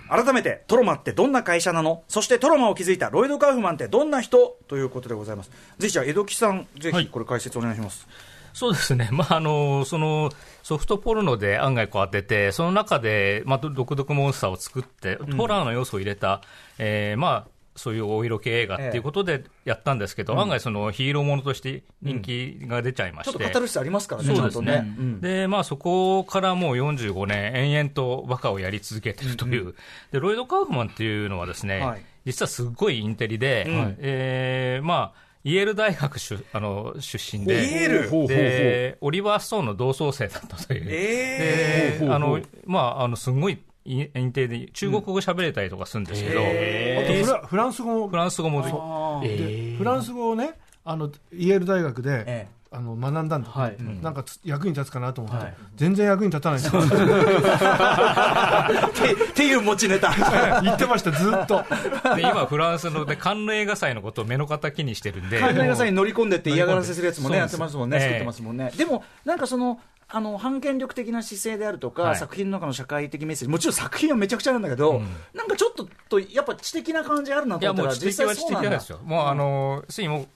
Speaker 3: 改めて、トロマってどんな会社なのそしてトロマを築いたロイド・カウフマンってどんな人ということでございます。ぜひじゃあ、江戸木さん、ぜ
Speaker 4: は
Speaker 3: ひ
Speaker 4: い
Speaker 3: これ解説お願いします。
Speaker 4: そうですね、 まああの、そのソフトポルノで案外こう当てて、その中で、まあ、ど独特モンスターを作って、ホラーの要素を入れた、えーまあ、そういうお色気映画っていうことでやったんですけど、案外そのヒーローものとして人気が出ちゃいま
Speaker 3: ちょ
Speaker 4: し、
Speaker 3: ってと語る必要ありますからね、
Speaker 4: そうです
Speaker 3: ちゃん
Speaker 4: ね
Speaker 3: とうん。
Speaker 4: で、まあそこからもう45年、延々とバカをやり続けてるという。で、ロイド・カウフマンっていうのはですね、
Speaker 3: はい
Speaker 4: 実はすっごいインテリで、
Speaker 3: ん
Speaker 4: えーまあ、イェール大学出あの出身で
Speaker 3: イエールほうほうほう
Speaker 4: で、オリバー・ストーンの同窓生だったという。
Speaker 3: え
Speaker 4: であの、まあ、あの、すごいインインテリで、中国語喋れたりとかするんですけど、
Speaker 2: えあとフラフランス語も
Speaker 4: フランス語もでき
Speaker 2: でフランス語をねあのイェール大学で、
Speaker 3: ええ
Speaker 2: あの学んだんだ、
Speaker 6: はい
Speaker 2: なんかつ役に立つかなと思って、全然役に立たないって
Speaker 3: ーってっていう持ちネタ。
Speaker 2: 言ってましたずっと
Speaker 4: で今、フランスので、カンヌ映画祭のことを目の敵にしてるんで、
Speaker 3: 海外映画に乗り込んでって嫌がらせするやつもね、
Speaker 4: 乗
Speaker 3: や
Speaker 4: り
Speaker 3: っ
Speaker 4: 込んで
Speaker 3: てますもんね、
Speaker 4: ええ
Speaker 3: 作ってますもんね。でも、なんかその、あの、反権力的な姿勢であるとか、
Speaker 4: はい
Speaker 3: 作品の中の社会的メッセージ、もちろん作品はめちゃくちゃなんだけど、なんかちょっと、とやっぱ知的な感じあるなと
Speaker 4: いや
Speaker 3: 思った
Speaker 4: もう
Speaker 3: ら、
Speaker 4: 知的は知的なんですよ、もうあのついもう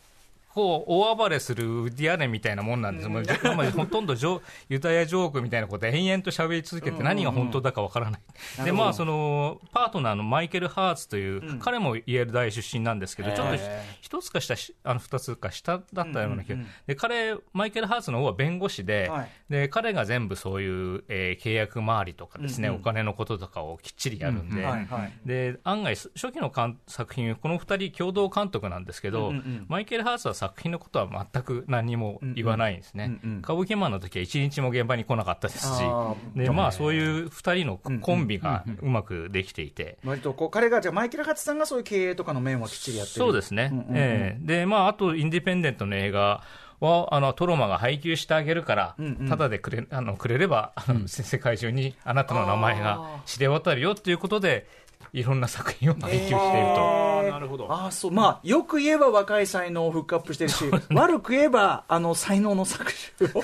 Speaker 4: こう大暴れするウディアレンみたいなもんなんです、もうじょもうほとんどジョユダヤジョークみたいなことで延々と喋り続けて、何が本当だかわからない、でまあ、そのパートナーのマイケル・ハーツという、彼もイェール大出身なんですけど、ちょっと一つか下し、あの二つか下だったような気が、で彼、マイケル・ハーツの方は弁護士で、
Speaker 3: はい
Speaker 4: で彼が全部そういう、えー契約周りとかですね、お金のこととかをきっちりやるんで。
Speaker 3: はいはい
Speaker 4: で案外、す初期の監作品、この2人、共同監督なんですけど、マイケル・ハースは作品のことは全く何も言わないんですね、歌舞伎マンの時は一日も現場に来なかったですし、でまあ、そういう2人のコンビがうまくできていて。
Speaker 3: 割とこう彼がじゃあマイケル・ハッツさんがそういう経営とかの面はきっちりやってる
Speaker 4: そうですね、ええでまあ、あと、インディペンデントの映画は、あのトロマが配給してあげるから、ただでくれあのくれれば、あの世界中にあなたの名前が知れ渡るよということで、いろんな作品を配給していると。
Speaker 3: あー
Speaker 2: なるほど
Speaker 3: あーそうまあよく言えば若い才能をフックアップしてるし、悪く言えばあの才能の搾取を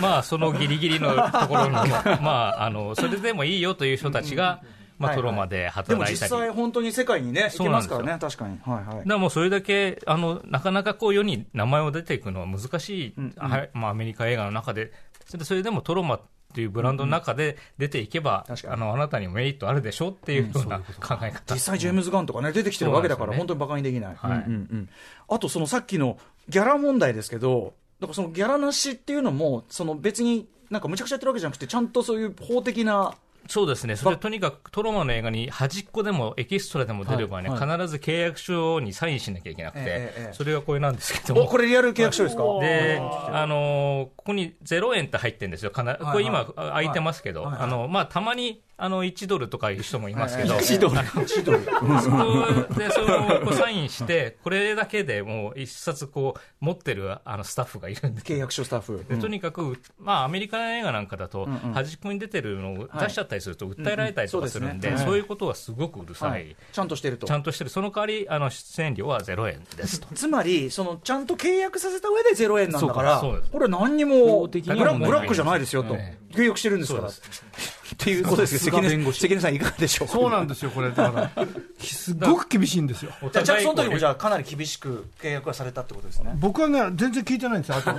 Speaker 4: まあ、そのギリギリのところの、 まあ、あの、それでもいいよという人たちが、まあ、
Speaker 3: はい
Speaker 4: ト
Speaker 3: はい
Speaker 4: ロマで
Speaker 3: でも
Speaker 4: 働いた
Speaker 3: 実
Speaker 4: り。
Speaker 3: 際本当に世界にね行
Speaker 4: そ
Speaker 3: け
Speaker 4: うな
Speaker 3: ま
Speaker 4: んですすよ
Speaker 3: からね確かにはいはい
Speaker 4: だからもうそれだけ、あの、なかなかこう世に名前を出ていくのは難しい、はいまあ、アメリカ映画の中で、それでそれでもトロマっていうブランドの中で出ていけば、
Speaker 3: 確かに
Speaker 4: あの、あなたにもメリットあるでしょっていうような考え方。
Speaker 3: 実際ジェームズ・ガンとかね出てきてるわけだから、
Speaker 4: そうなん
Speaker 3: 本
Speaker 4: で
Speaker 3: 当
Speaker 4: す
Speaker 3: に馬鹿にできない、
Speaker 4: は
Speaker 3: うん
Speaker 4: い
Speaker 3: うんうんあとそのさっきのギャラ問題ですけどだからそのギャラなしっていうのもその別になんかむちゃくちゃやってるわけじゃなくてちゃんとそういう法的な
Speaker 4: そうですね、それとにかくトロマの映画に端っこでもエキストラでも出る場合ね、必ず契約書にサインしなきゃいけなくて、
Speaker 3: ええええ
Speaker 4: それがこれなんですけども
Speaker 3: おこれリアル契約書ですか
Speaker 4: で、あのーここに0円って入ってるんですよ、かなこれ今、あ空いてますけど、あのまあ、たまにあの1ドルとかいう人もいますけど、1ドルそこ でそのこうサインして、これだけでもう一冊こう持ってるあのスタッフがいるんで。
Speaker 3: 契約書スタッフ、
Speaker 4: でとにかく、まあ、アメリカの映画なんかだと、端っこに出てるのを出しちゃったりすると、訴えられたりとかするんで、
Speaker 3: うんうん
Speaker 4: そういうことはすごくうるさい、
Speaker 3: はい、ちゃんとしてると
Speaker 4: ちゃんとしてる、その代わりあの出演料は0円ですと。
Speaker 3: つまりそのちゃんと契約させた上で0円なんだから
Speaker 4: そうかそうです
Speaker 3: これは何にも
Speaker 6: 法
Speaker 3: ブ
Speaker 6: 的
Speaker 3: ラ
Speaker 6: には問題ない
Speaker 3: ブラックじゃないですよと、
Speaker 4: え
Speaker 3: 契約してるんですから っていうことですけど関根関根さんいかがでしょう
Speaker 2: そうなんですよこれだからすごく厳しいんですよ
Speaker 4: お
Speaker 3: じゃあ
Speaker 4: 互い
Speaker 3: その時
Speaker 4: こ
Speaker 3: も
Speaker 4: う
Speaker 3: じゃあかなり厳しく契約はされたってことですね
Speaker 2: 僕はね全然聞いてないんですよあと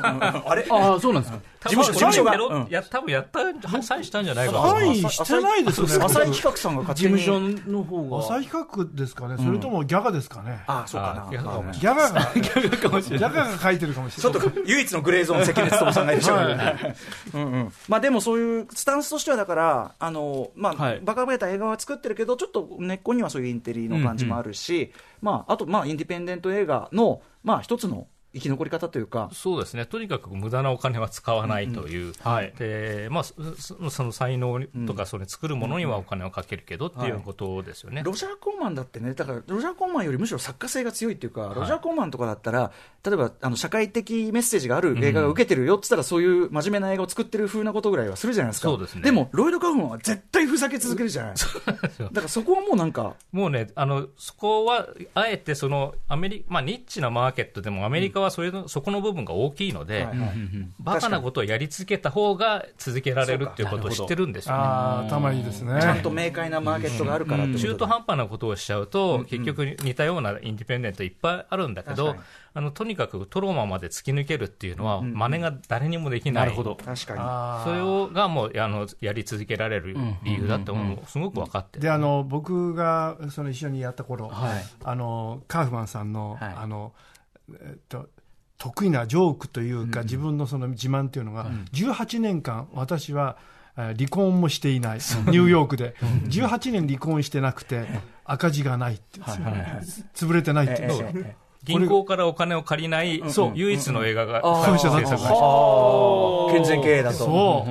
Speaker 3: あれ
Speaker 6: ああ、そうなんですか。
Speaker 4: 事
Speaker 3: 務所事務所がうん
Speaker 4: や多分やったサインしたんじゃないかと
Speaker 2: サインしてないですよね
Speaker 3: 浅井企画さんが勝
Speaker 6: 事
Speaker 3: 手に
Speaker 6: 務所の方が。
Speaker 2: 浅井企画ですかねそれともギャガですかね
Speaker 3: ああそうか
Speaker 4: あ
Speaker 3: な
Speaker 4: ーいや
Speaker 3: まあね
Speaker 2: ギャガがギャガが書いてるかもし
Speaker 3: ちょ
Speaker 2: れ
Speaker 3: っ
Speaker 2: ない
Speaker 3: と唯一のグレーゾーン関根勤さんがいるでしょうけどねうんうんまあでもそういうスタンスとしてはだからあのまあ、
Speaker 6: はい
Speaker 3: バカバカた映画は作ってるけどちょっと根っこにはそういうインテリの感じもあるし、まああとまあインディペンデント映画のまあ一つの生き残り方というか
Speaker 4: そうですねとにかく無駄なお金は使わないという、
Speaker 6: はい
Speaker 4: でまあ、そそその才能とか、それ作るものにはお金をかけるけどっていうことですよね。
Speaker 3: ロジャー・コーマンだってね、だからロジャー・コーマンよりむしろ作家性が強いっていうか、ロジャー・コーマンとかだったら、例えばあの社会的メッセージがある映画が受けてるよって言ったら、そういう真面目な映画を作ってる風なことぐらいはするじゃないですか、
Speaker 4: そうですね
Speaker 3: も、ロイド・カフマンは絶対ふざけ続けるじゃない、だからそこはもうなんか、
Speaker 4: もうね、あのそこはあえてそのアメリ、まあ、ニッチなマーケットでも、アメリカはそれの、そこの部分が大きいので、
Speaker 3: はいはい
Speaker 4: バカなことをやり続けた方が続けられるっていうことを知ってるんですよね。
Speaker 2: ああ頭いいですね
Speaker 3: ちゃんと明快なマーケットがあるからってことで
Speaker 4: 中途半端なことをしちゃうと、結局似たようなインディペンデントいっぱいあるんだけど、
Speaker 3: 確かに
Speaker 4: あのとにかくトロマまで突き抜けるっていうのは、真似が誰にもできない、
Speaker 3: 確かに
Speaker 2: あー
Speaker 4: それをがもうあのやり続けられる理由だって、もうすごく分かって
Speaker 2: で
Speaker 4: る。
Speaker 2: あの僕がその一緒にやった頃、あのカーフマンさんの,、
Speaker 3: はい
Speaker 2: あのえっと、得意なジョークというか、自分のその自慢というのが、18年間私はえー離婚もしていない、ニューヨークで、18年離婚してなくて、赤字がないって言うんですよ、潰れてないって言うんですよ。
Speaker 4: 銀行からお金を借りない、唯一の映画が、
Speaker 2: そういう人だったん
Speaker 4: 制
Speaker 2: ですよ
Speaker 4: 作会社
Speaker 3: 健全経営だと。
Speaker 2: そ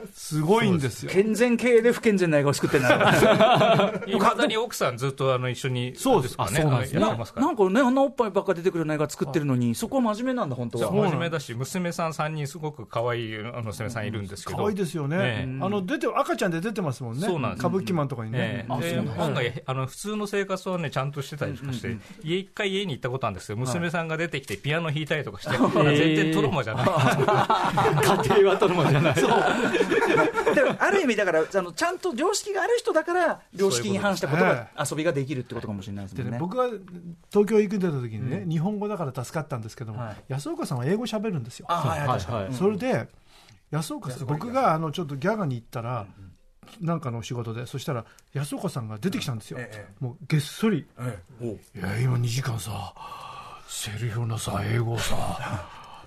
Speaker 2: う、すごいんですよ。
Speaker 3: 健全経営で不健全な映画を作ってるんだ から
Speaker 4: いまだに奥さんずっとあの一緒に、
Speaker 2: そうです
Speaker 4: かね、
Speaker 2: あ
Speaker 4: あ
Speaker 2: そうなんで
Speaker 4: のやっ
Speaker 2: す
Speaker 4: て
Speaker 2: ね
Speaker 4: ますから
Speaker 3: な。んかね、あんなおっぱいばっか出てくるような映画作ってるのに、そこは真面目なんだ、本当は。
Speaker 4: 真面目だし、娘さん3人、すごく可愛いあの娘さんいるんですけど、
Speaker 2: 可愛いですよね、
Speaker 4: ええ
Speaker 2: あの出て赤ちゃんで出てますもんね、
Speaker 4: そうなんです
Speaker 2: 歌舞伎マンとかにね。
Speaker 4: ええで案外あの普通の生活はねちゃんとしてたりとかして、家一回家に行ったことあたんですけど、娘さんが出てきてピアノ弾いたりとかして、全然トロマじゃない。
Speaker 6: 家庭は取るもんじゃない。
Speaker 3: でもある意味だからあのちゃんと良識がある人だから良識に反したこと
Speaker 2: そういう
Speaker 3: が遊びができるってことかもしれないです
Speaker 2: で
Speaker 3: もん
Speaker 2: ね
Speaker 3: ね。
Speaker 2: 僕が東京行くんだった時にね、日本語だから助かったんですけども、
Speaker 6: はい
Speaker 2: 安岡さんは英語喋るんですよ。
Speaker 3: あはいはい確かに。
Speaker 6: はい
Speaker 2: それで、安岡さん、僕があのちょっとギャガに行ったら、なんかの仕事で、そしたら安岡さんが出てきたんですよ、もうげっそり、いや、今2時間さ、セリフのさ、英語を さ、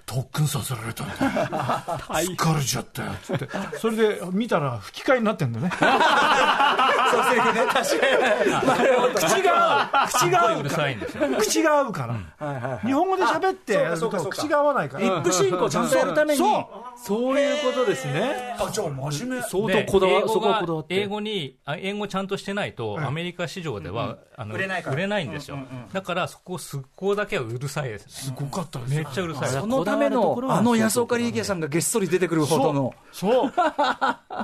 Speaker 2: 特訓させられたんだよ、疲れちゃったよつって、それで見たら、吹き替えになってんだよね、
Speaker 3: 口が口が合
Speaker 4: う
Speaker 3: う
Speaker 4: る
Speaker 3: か
Speaker 4: さいんですよ。
Speaker 2: 口が合うから、日本語で喋ってやると、口が合わないから
Speaker 3: リ。ップ進行ちゃんとやるために。
Speaker 2: そう
Speaker 6: そういうことですね。
Speaker 3: あじゃあ真面目。
Speaker 6: 相
Speaker 4: で
Speaker 6: 当こだわ
Speaker 4: 英語が
Speaker 6: そこはこだわって。
Speaker 4: 英語にあ英語ちゃんとしてないと、アメリカ市場では、あの
Speaker 3: 売れないから
Speaker 4: んですよ、だからそこそこだけはうるさいです、すごかっためっちゃうるさい
Speaker 3: そのためのあの安岡力也さんがげっそり出てくるほどの。
Speaker 2: そうそ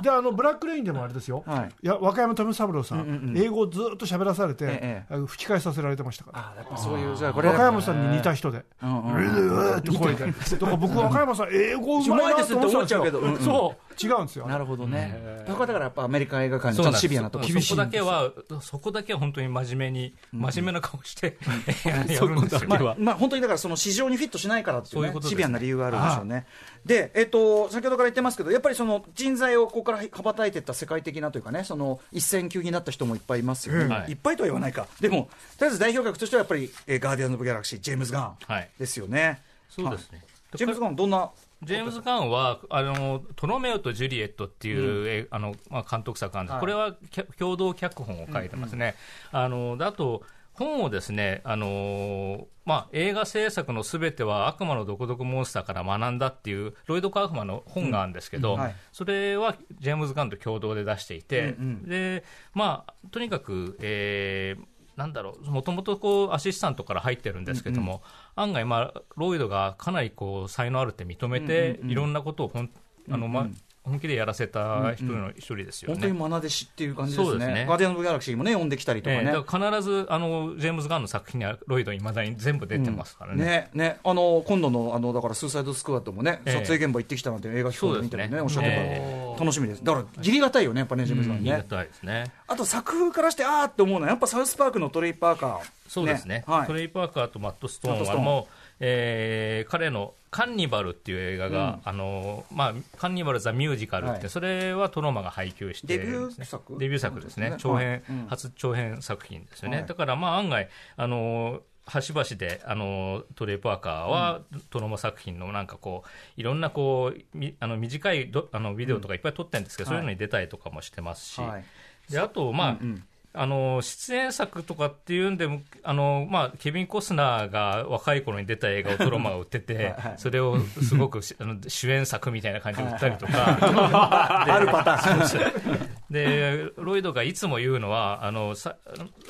Speaker 2: う であのブラックレインでもあれですよ、
Speaker 3: はい
Speaker 2: い、や和歌山富三郎さん,、英語をずっと喋らされて、
Speaker 3: え
Speaker 2: あの吹き替えさせられてましたから。
Speaker 3: あやっぱそういうじゃあこれ
Speaker 2: 和歌山さんに似た人で、うれでわーって声で、だから僕、和歌山さん、英語うまいなと思っちゃうけど、
Speaker 3: うまいですって
Speaker 2: そう、違うんですよ、
Speaker 3: なるほどね。だからだからやっぱアメリカ映画界のちょっとシビアなとこ
Speaker 4: そこだけはそこだけは本当に真面目に真面目な顔してやるんですよ、
Speaker 6: まあは
Speaker 3: まあ、本当にだからその市場にフィットしないからっていう,、
Speaker 4: そう
Speaker 3: ね、
Speaker 4: いうことです
Speaker 3: シビアな理由があるんでしょうね。で、えっと、先ほどから言ってますけど、やっぱりその人材をここから羽ばたいていった世界的なというかね、その一線級になった人もいっぱいいますよね、
Speaker 4: はい
Speaker 3: いっぱいとは言わないか、でも、とりあえず代表格としてはやっぱり、えーガーディアンズ・オブ・ギャラクシー、ジェームズ・ガン
Speaker 4: はい
Speaker 3: ですよね。
Speaker 4: そうですね
Speaker 3: はいジェームズ・ガン、どんな、
Speaker 4: ジェームズ・ガンは、あの、トロメオとジュリエットっていう、えあの、まあ、監督作があるんです。これはきゃ共同脚本を書いてますね。あの、であと、本をですね、あのーまあ、映画制作のすべては悪魔の毒々モンスターから学んだっていう、ロイド・カーフマンの本があるんですけど、
Speaker 3: うんはい
Speaker 4: それはジェームズ・ガンと共同で出していて、
Speaker 3: うんうん
Speaker 4: で、まあ、とにかく、えーなんだろう、もともとこう、アシスタントから入ってるんですけども、案外、まあ、ロイドがかなりこう、才能あるって認めて、いろんなことをほん、あの、ま、本気でやらせた人の一人ですよ
Speaker 3: 本当に
Speaker 4: ね。
Speaker 3: 愛弟子っていう感じですね、
Speaker 4: そうですね
Speaker 3: ガーディアンズ・オブ・ギャラクシーもね、呼んできたりとか
Speaker 4: ええ
Speaker 3: ね。
Speaker 4: だから必ず、あの、ジェームズ・ガンの作品には、ロイドいまだに全部出てますからね。
Speaker 3: ねねあの今度のあのだからスーサイドスクワットもね、
Speaker 4: ええ
Speaker 3: 撮影現場行ってきたなんて映画評価みたいなね
Speaker 4: そう
Speaker 3: おっし
Speaker 4: です
Speaker 3: ゃっ
Speaker 4: ね
Speaker 3: てたから、楽しみですだからギリがたいよねやっぱねジェームズガン
Speaker 4: 言い
Speaker 3: ね、
Speaker 4: 難いですね。
Speaker 3: あと作風からしてあーって思うのはやっぱサウスパークのトレイ・パーカー
Speaker 4: そうですね、
Speaker 3: はい
Speaker 4: トレイ・パーカーとマット・スト
Speaker 3: マッ
Speaker 4: ー
Speaker 3: ト
Speaker 4: ン
Speaker 3: ストー
Speaker 4: は
Speaker 3: ン
Speaker 4: もう、えー彼の「カンニバル」っていう映画が、あのまあ、カンニバル・ザ・ミュージカルって、
Speaker 3: はい
Speaker 4: それはトロマが配給して
Speaker 3: デビュー作
Speaker 4: デビュー作ですね
Speaker 3: そう
Speaker 4: 長
Speaker 3: ですね
Speaker 4: 編、初長編作品ですよね、
Speaker 3: はい
Speaker 4: だからまあ案外あの端々であのトレイ・パーカーは、トロマ作品のなんかこういろんなこうみあの短いどあのビデオとかいっぱい撮ってるんですけど、
Speaker 3: うん
Speaker 4: そういうのに出たりとかもしてますし、
Speaker 3: はい
Speaker 4: であと、まああの出演作とかっていうんでもあの、まあ、ケビン・コスナーが若い頃に出た映画をトロマが売っててそれをすごくしあの主演作みたいな感じで売ったりとか
Speaker 3: あるパターン
Speaker 4: でロイドがいつも言うのはあのさ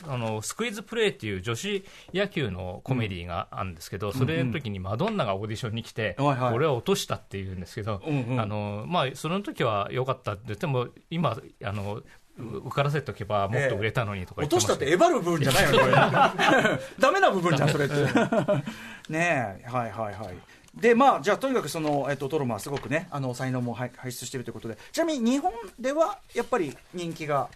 Speaker 4: あのスクイズプレーっていう女子野球のコメディがあるんですけど、それの時にマドンナがオーディションに来て、
Speaker 3: はいはい
Speaker 4: 俺は落としたって言うんですけど、あのまあ、その時は良かったって言っても今あの受からせておけばもっと売れたのにとか言
Speaker 3: 落
Speaker 4: っ
Speaker 3: と
Speaker 4: てま
Speaker 3: したっ
Speaker 4: すけ
Speaker 3: て
Speaker 4: ど
Speaker 3: えばる部分じゃないよねこれ ダメな部分じゃんそれってねえはいはいはいでまあじゃあとにかくその、えっと、トロマはすごくねあの才能も輩輩出しているということでちなみに日本ではやっぱり人気が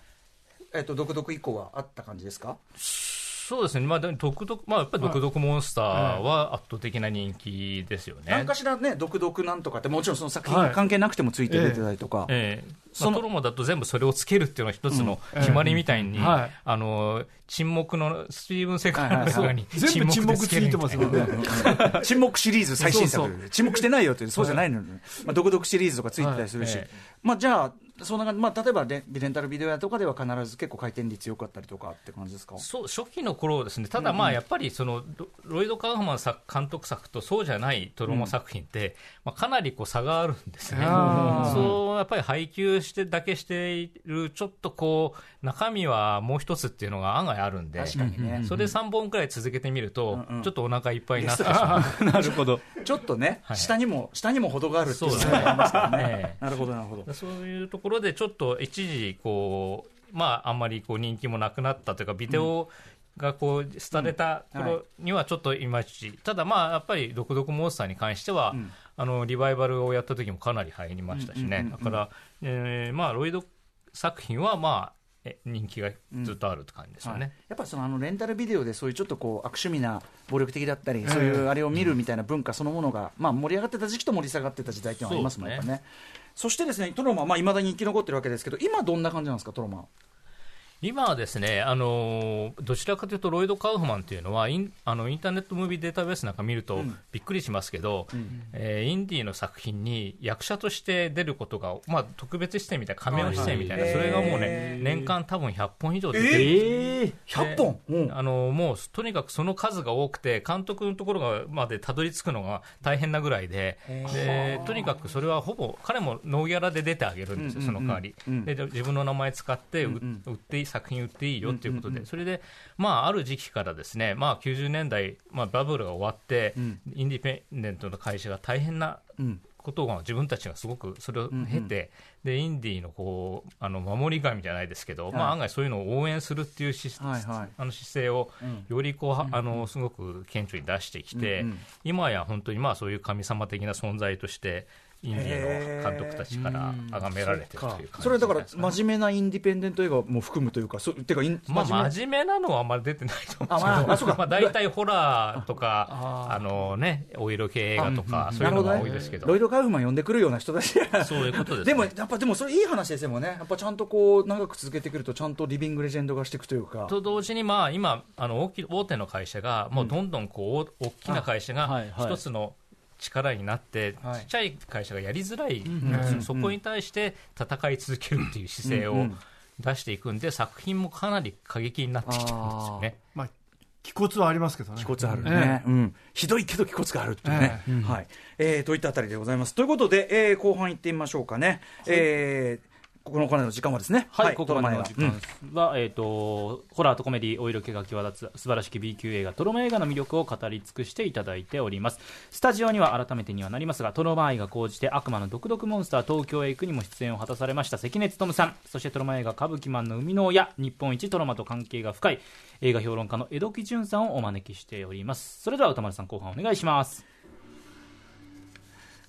Speaker 3: えっと独特以降はあった感じですか
Speaker 4: そうですね、まあ、でも独特、まあ、やっぱり独特モンスターは圧倒的な人気ですよね。
Speaker 3: 何かしらね独特なんとかってもちろんその作品
Speaker 2: は
Speaker 3: に
Speaker 2: い
Speaker 3: 関係なくてもついて出てたりとか、
Speaker 4: ええ
Speaker 3: そ
Speaker 4: そ
Speaker 3: の
Speaker 4: のトロモだと全部それをつけるっていうのは一つの決まりみたいに、
Speaker 2: うんはい
Speaker 4: あの沈黙のスティーブン・セカンドの中に
Speaker 2: 全部沈
Speaker 4: で
Speaker 2: 黙
Speaker 4: つ
Speaker 2: つ
Speaker 4: ける
Speaker 2: いて
Speaker 4: みたいな
Speaker 2: ますよね、
Speaker 3: 沈黙シリーズ最新作
Speaker 2: そう
Speaker 3: 沈黙してないよってそうじゃないのよ、まあ、独々シリーズとかついてたりするし、
Speaker 4: はいえ
Speaker 3: まあ、じゃあそんな感じ、まあ、例えばレレンタルビデオ屋とかでは必ず結構回転率良かったりとかって感じですか
Speaker 4: そう初期の頃ですね、ただまあやっぱりそのロロイド・カーフマン作監督作とそうじゃないトロモ作品って、まあ、かなりこう差があるんですね、
Speaker 2: あー
Speaker 4: そうやっぱり配給してだけしている、ちょっとこう、中身はもう一つっていうのが案外あるんで、
Speaker 3: 確かにね
Speaker 4: それ3本くらい続けてみると、ちょっとお腹いっぱいになってしまう。
Speaker 6: なるほど。
Speaker 3: ちょっとね、下にも下にも程があるっていう
Speaker 4: そう
Speaker 3: の
Speaker 4: ですね
Speaker 3: がありますからね
Speaker 4: え え
Speaker 3: なるほどなるほど
Speaker 4: そういうところで、ちょっと一時こう、まあ、あんまりこう人気もなくなったというか、ビデオがこう廃れた頃にはちょっといまいち、ただまあやっぱり「ドクドクモンスター」に関しては、あのリバイバルをやった時もかなり入りましたしね、だから、えーまあロイド作品はまあえ人気がずっとあるって感じですよね、
Speaker 3: はいやっぱりそのあのレンタルビデオでそういうちょっとこう悪趣味な暴力的だったり、そういうあれを見るみたいな文化そのものが、まあ、盛り上がってた時期と盛り下がってた時代っていうのはありますもんね
Speaker 4: そうです
Speaker 3: やっぱねそしてですねトロマはいまあ、未だに生き残ってるわけですけど今どんな感じなんですかトロマ
Speaker 4: 今はですね、あのーどちらかというと、ロイド・カウフマンというのはインあの、インターネットムービーデータベースなんか見るとびっくりしますけど、えーインディーの作品に役者として出ることが、まあ、特別視点みたいな、仮面視点みたいな、それがもうね、年間多分100本以上出てるんですよ
Speaker 3: え100本、
Speaker 4: であのもうとにかくその数が多くて監督のところがまでたどり着くのが大変なぐらいででとにかくそれはほぼ彼もノーギャラで出てあげるんですよ、その代わり、でで自分の名前使ってう売っていい作品売っていいよということで、それで、まあ、ある時期からですね、まあ、90年代、まあ、バブルが終わって、インディペンデントの会社が大変なことが自分たちがすごくそれを経て、でインディーのこうあの守り神じゃないですけど、まあ、案外そういうのを応援するっていうし、
Speaker 3: はいはい
Speaker 4: あの姿勢をよりこう、はあのすごく顕著に出してきて、今や本当にまあそういう神様的な存在としてインディーの監督たちから崇められてるという感じ
Speaker 3: それだから
Speaker 4: ですね
Speaker 3: 真面目なインディペンデント映画も含むというか、そてかイン
Speaker 4: まあ、
Speaker 3: 目
Speaker 4: 真面目なのはあんまり出てないと思うんですけど
Speaker 3: あまああそうか
Speaker 4: まあ、大体ホラー とか、あのね、お色系映画とか、そういうのが多いですけど。
Speaker 3: ロイド・カウフマン呼んでくるような人だし、
Speaker 4: そういうことですね
Speaker 3: でもやっぱでもそれいい話ですよね、やっぱちゃんとこう長く続けてくると、ちゃんとリビングレジェンド化していくというか、
Speaker 4: と同時に、まあ、今あの大き、大手の会社が、もうどんどんこう、お大きな会社
Speaker 7: あは
Speaker 4: が
Speaker 7: いはい
Speaker 4: 一つの力になって、
Speaker 3: はい
Speaker 4: ちっちゃい会社がやりづらい、そそこに対して戦い続けるっていう姿勢
Speaker 3: うんう
Speaker 4: を
Speaker 3: ん
Speaker 4: 出していくんで、作品もかなり過激になってきてるんですよね。
Speaker 2: まあ、気骨はありますけどね。
Speaker 3: 気骨あるね、うん、ひどいけど気骨があるっていうね、はいえーといったあたりでございます。ということで、えー後半いってみましょうかね。えーここのお金の時間はですね。
Speaker 6: はい、ここまで
Speaker 3: ドラ
Speaker 6: の
Speaker 3: マ映
Speaker 6: 時
Speaker 3: 画うん
Speaker 6: 間は、えっ、と、ホラーとコメディ、お色気が際立つ、素晴らしき B 級映画、トロマ映画の魅力を語り尽くしていただいております。スタジオには改めてにはなりますが、トロマ愛が講じて、悪魔の毒毒モンスター、東京へ行くにも出演を果たされました、関根勤さん、そしてトロマ映画、歌舞伎マンの生みの親、日本一トロマと関係が深い、映画評論家の江戸木淳さんをお招きしております。それでは歌丸さん、後半お願いします。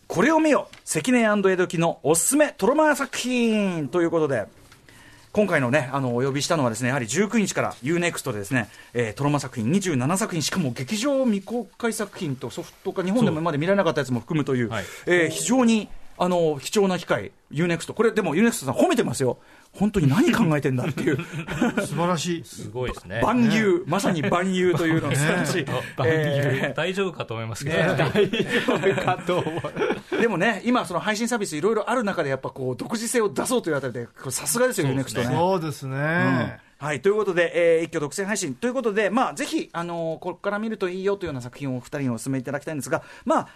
Speaker 3: これを見よ関根江戸木のおすすめトロマー作品ということで今回のねあのお呼びしたのはですねやはり19日から UNEXT でですね、えートロマ作品27作品しかも劇場未公開作品とソフト化日本でも今まで見られなかったやつも含むという、
Speaker 4: はい
Speaker 3: えー非常にあの貴重な機会 UNEXT これでも UNEXT さん褒めてますよ本当に何考えてんだって いう
Speaker 2: 素晴らしい。
Speaker 4: すごいですね。
Speaker 3: 万有、まさに万有というのが素晴らしい、えー
Speaker 4: 大丈夫かと思いますけど、
Speaker 3: でもね、今、その配信サービスいろいろある中で、やっぱこう独自性を出そうというあたりで、これさすがですよ、ユネクストね。
Speaker 2: そうですね。
Speaker 3: はい、ということで、えー一挙独占配信ということで、まあ、ぜひ、あのーここから見るといいよというような作品をお二人にお勧めいただきたいんですが、まあ、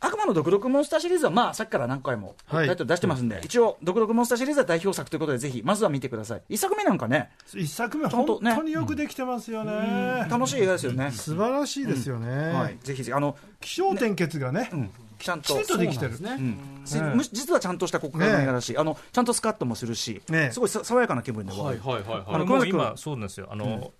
Speaker 3: 悪魔の毒毒モンスターシリーズは、まあ、さっきから何回もタ
Speaker 2: はい
Speaker 3: イトル出してますんで、一応、毒毒モンスターシリーズは代表作ということで、ぜひ、まずは見てください。一作目なんかね、
Speaker 2: 一作目、
Speaker 3: ほん
Speaker 2: 本
Speaker 3: とね
Speaker 2: 当によくできてますよね。
Speaker 3: 楽しい映画ですよね。
Speaker 2: 素晴らしいですよね。
Speaker 3: はい、ぜひぜひ、あの、
Speaker 2: 気象点結がね、
Speaker 3: ちゃん
Speaker 2: き
Speaker 3: と。
Speaker 2: ちんとできてる。
Speaker 3: しむし実はちゃんとした国会の映画だし、あのちゃんとスカッともするし、
Speaker 2: ね
Speaker 3: すごいさ爽やかな気分で終わる、
Speaker 4: はいはい
Speaker 3: い
Speaker 4: あの
Speaker 3: 熊
Speaker 4: もう
Speaker 3: 崎君
Speaker 4: 今、そうなんですよ。あの、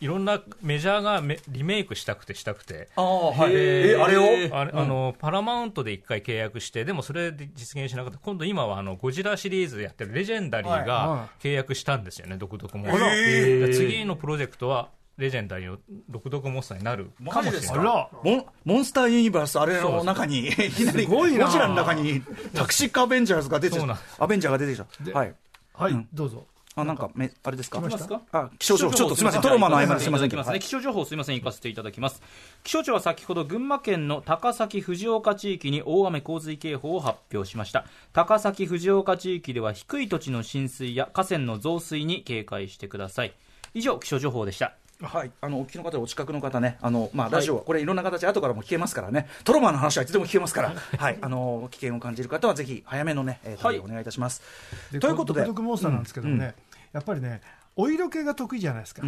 Speaker 4: いろんなメジャーがめリメイクしたくてしたくて。
Speaker 3: ああはいえ
Speaker 4: で
Speaker 3: あれを
Speaker 4: あれあの、パラマウントで一回契約して、でもそれで実現しなかった。今度今はあの、ゴジラシリーズやってるレジェンダリーが契約したんですよね、独特も。で次のプロジェクトは、レジェンダリーの独特モンスターになるかもしれない。
Speaker 2: あら、
Speaker 3: モンモンスターユニバースあれの中にいきなりゴジラの中にタクシックアベンジャーズが出てき
Speaker 4: そうなん
Speaker 3: た
Speaker 4: で
Speaker 3: アベンジャーが出てきたはい
Speaker 2: はい、どうぞ。
Speaker 3: あなんかめあれですか
Speaker 2: ました
Speaker 3: あ気象庁ちょっとすみませんトロマの合間ですみませんけど、
Speaker 6: はい気象情報すみません行かせていただきます気象庁は先ほど群馬県の高崎藤岡地域に大雨洪水警報を発表しました高崎藤岡地域では低い土地の浸水や河川の増水に警戒してください以上気象情報でした
Speaker 3: はい、あのお聞きの方、お近くの方ね、あのまあ、ラジオはこれ、いろんな形、後からも聞けますからね、トロマの話はいつでも聞けますから、はい、あの危険を感じる方は、ぜひ早めのね、えー
Speaker 6: はい
Speaker 3: 対応お願いいたします。
Speaker 2: で
Speaker 3: ということで
Speaker 2: 独、特モンスターなんですけどもね、やっぱりね、お色気が得意じゃないですか。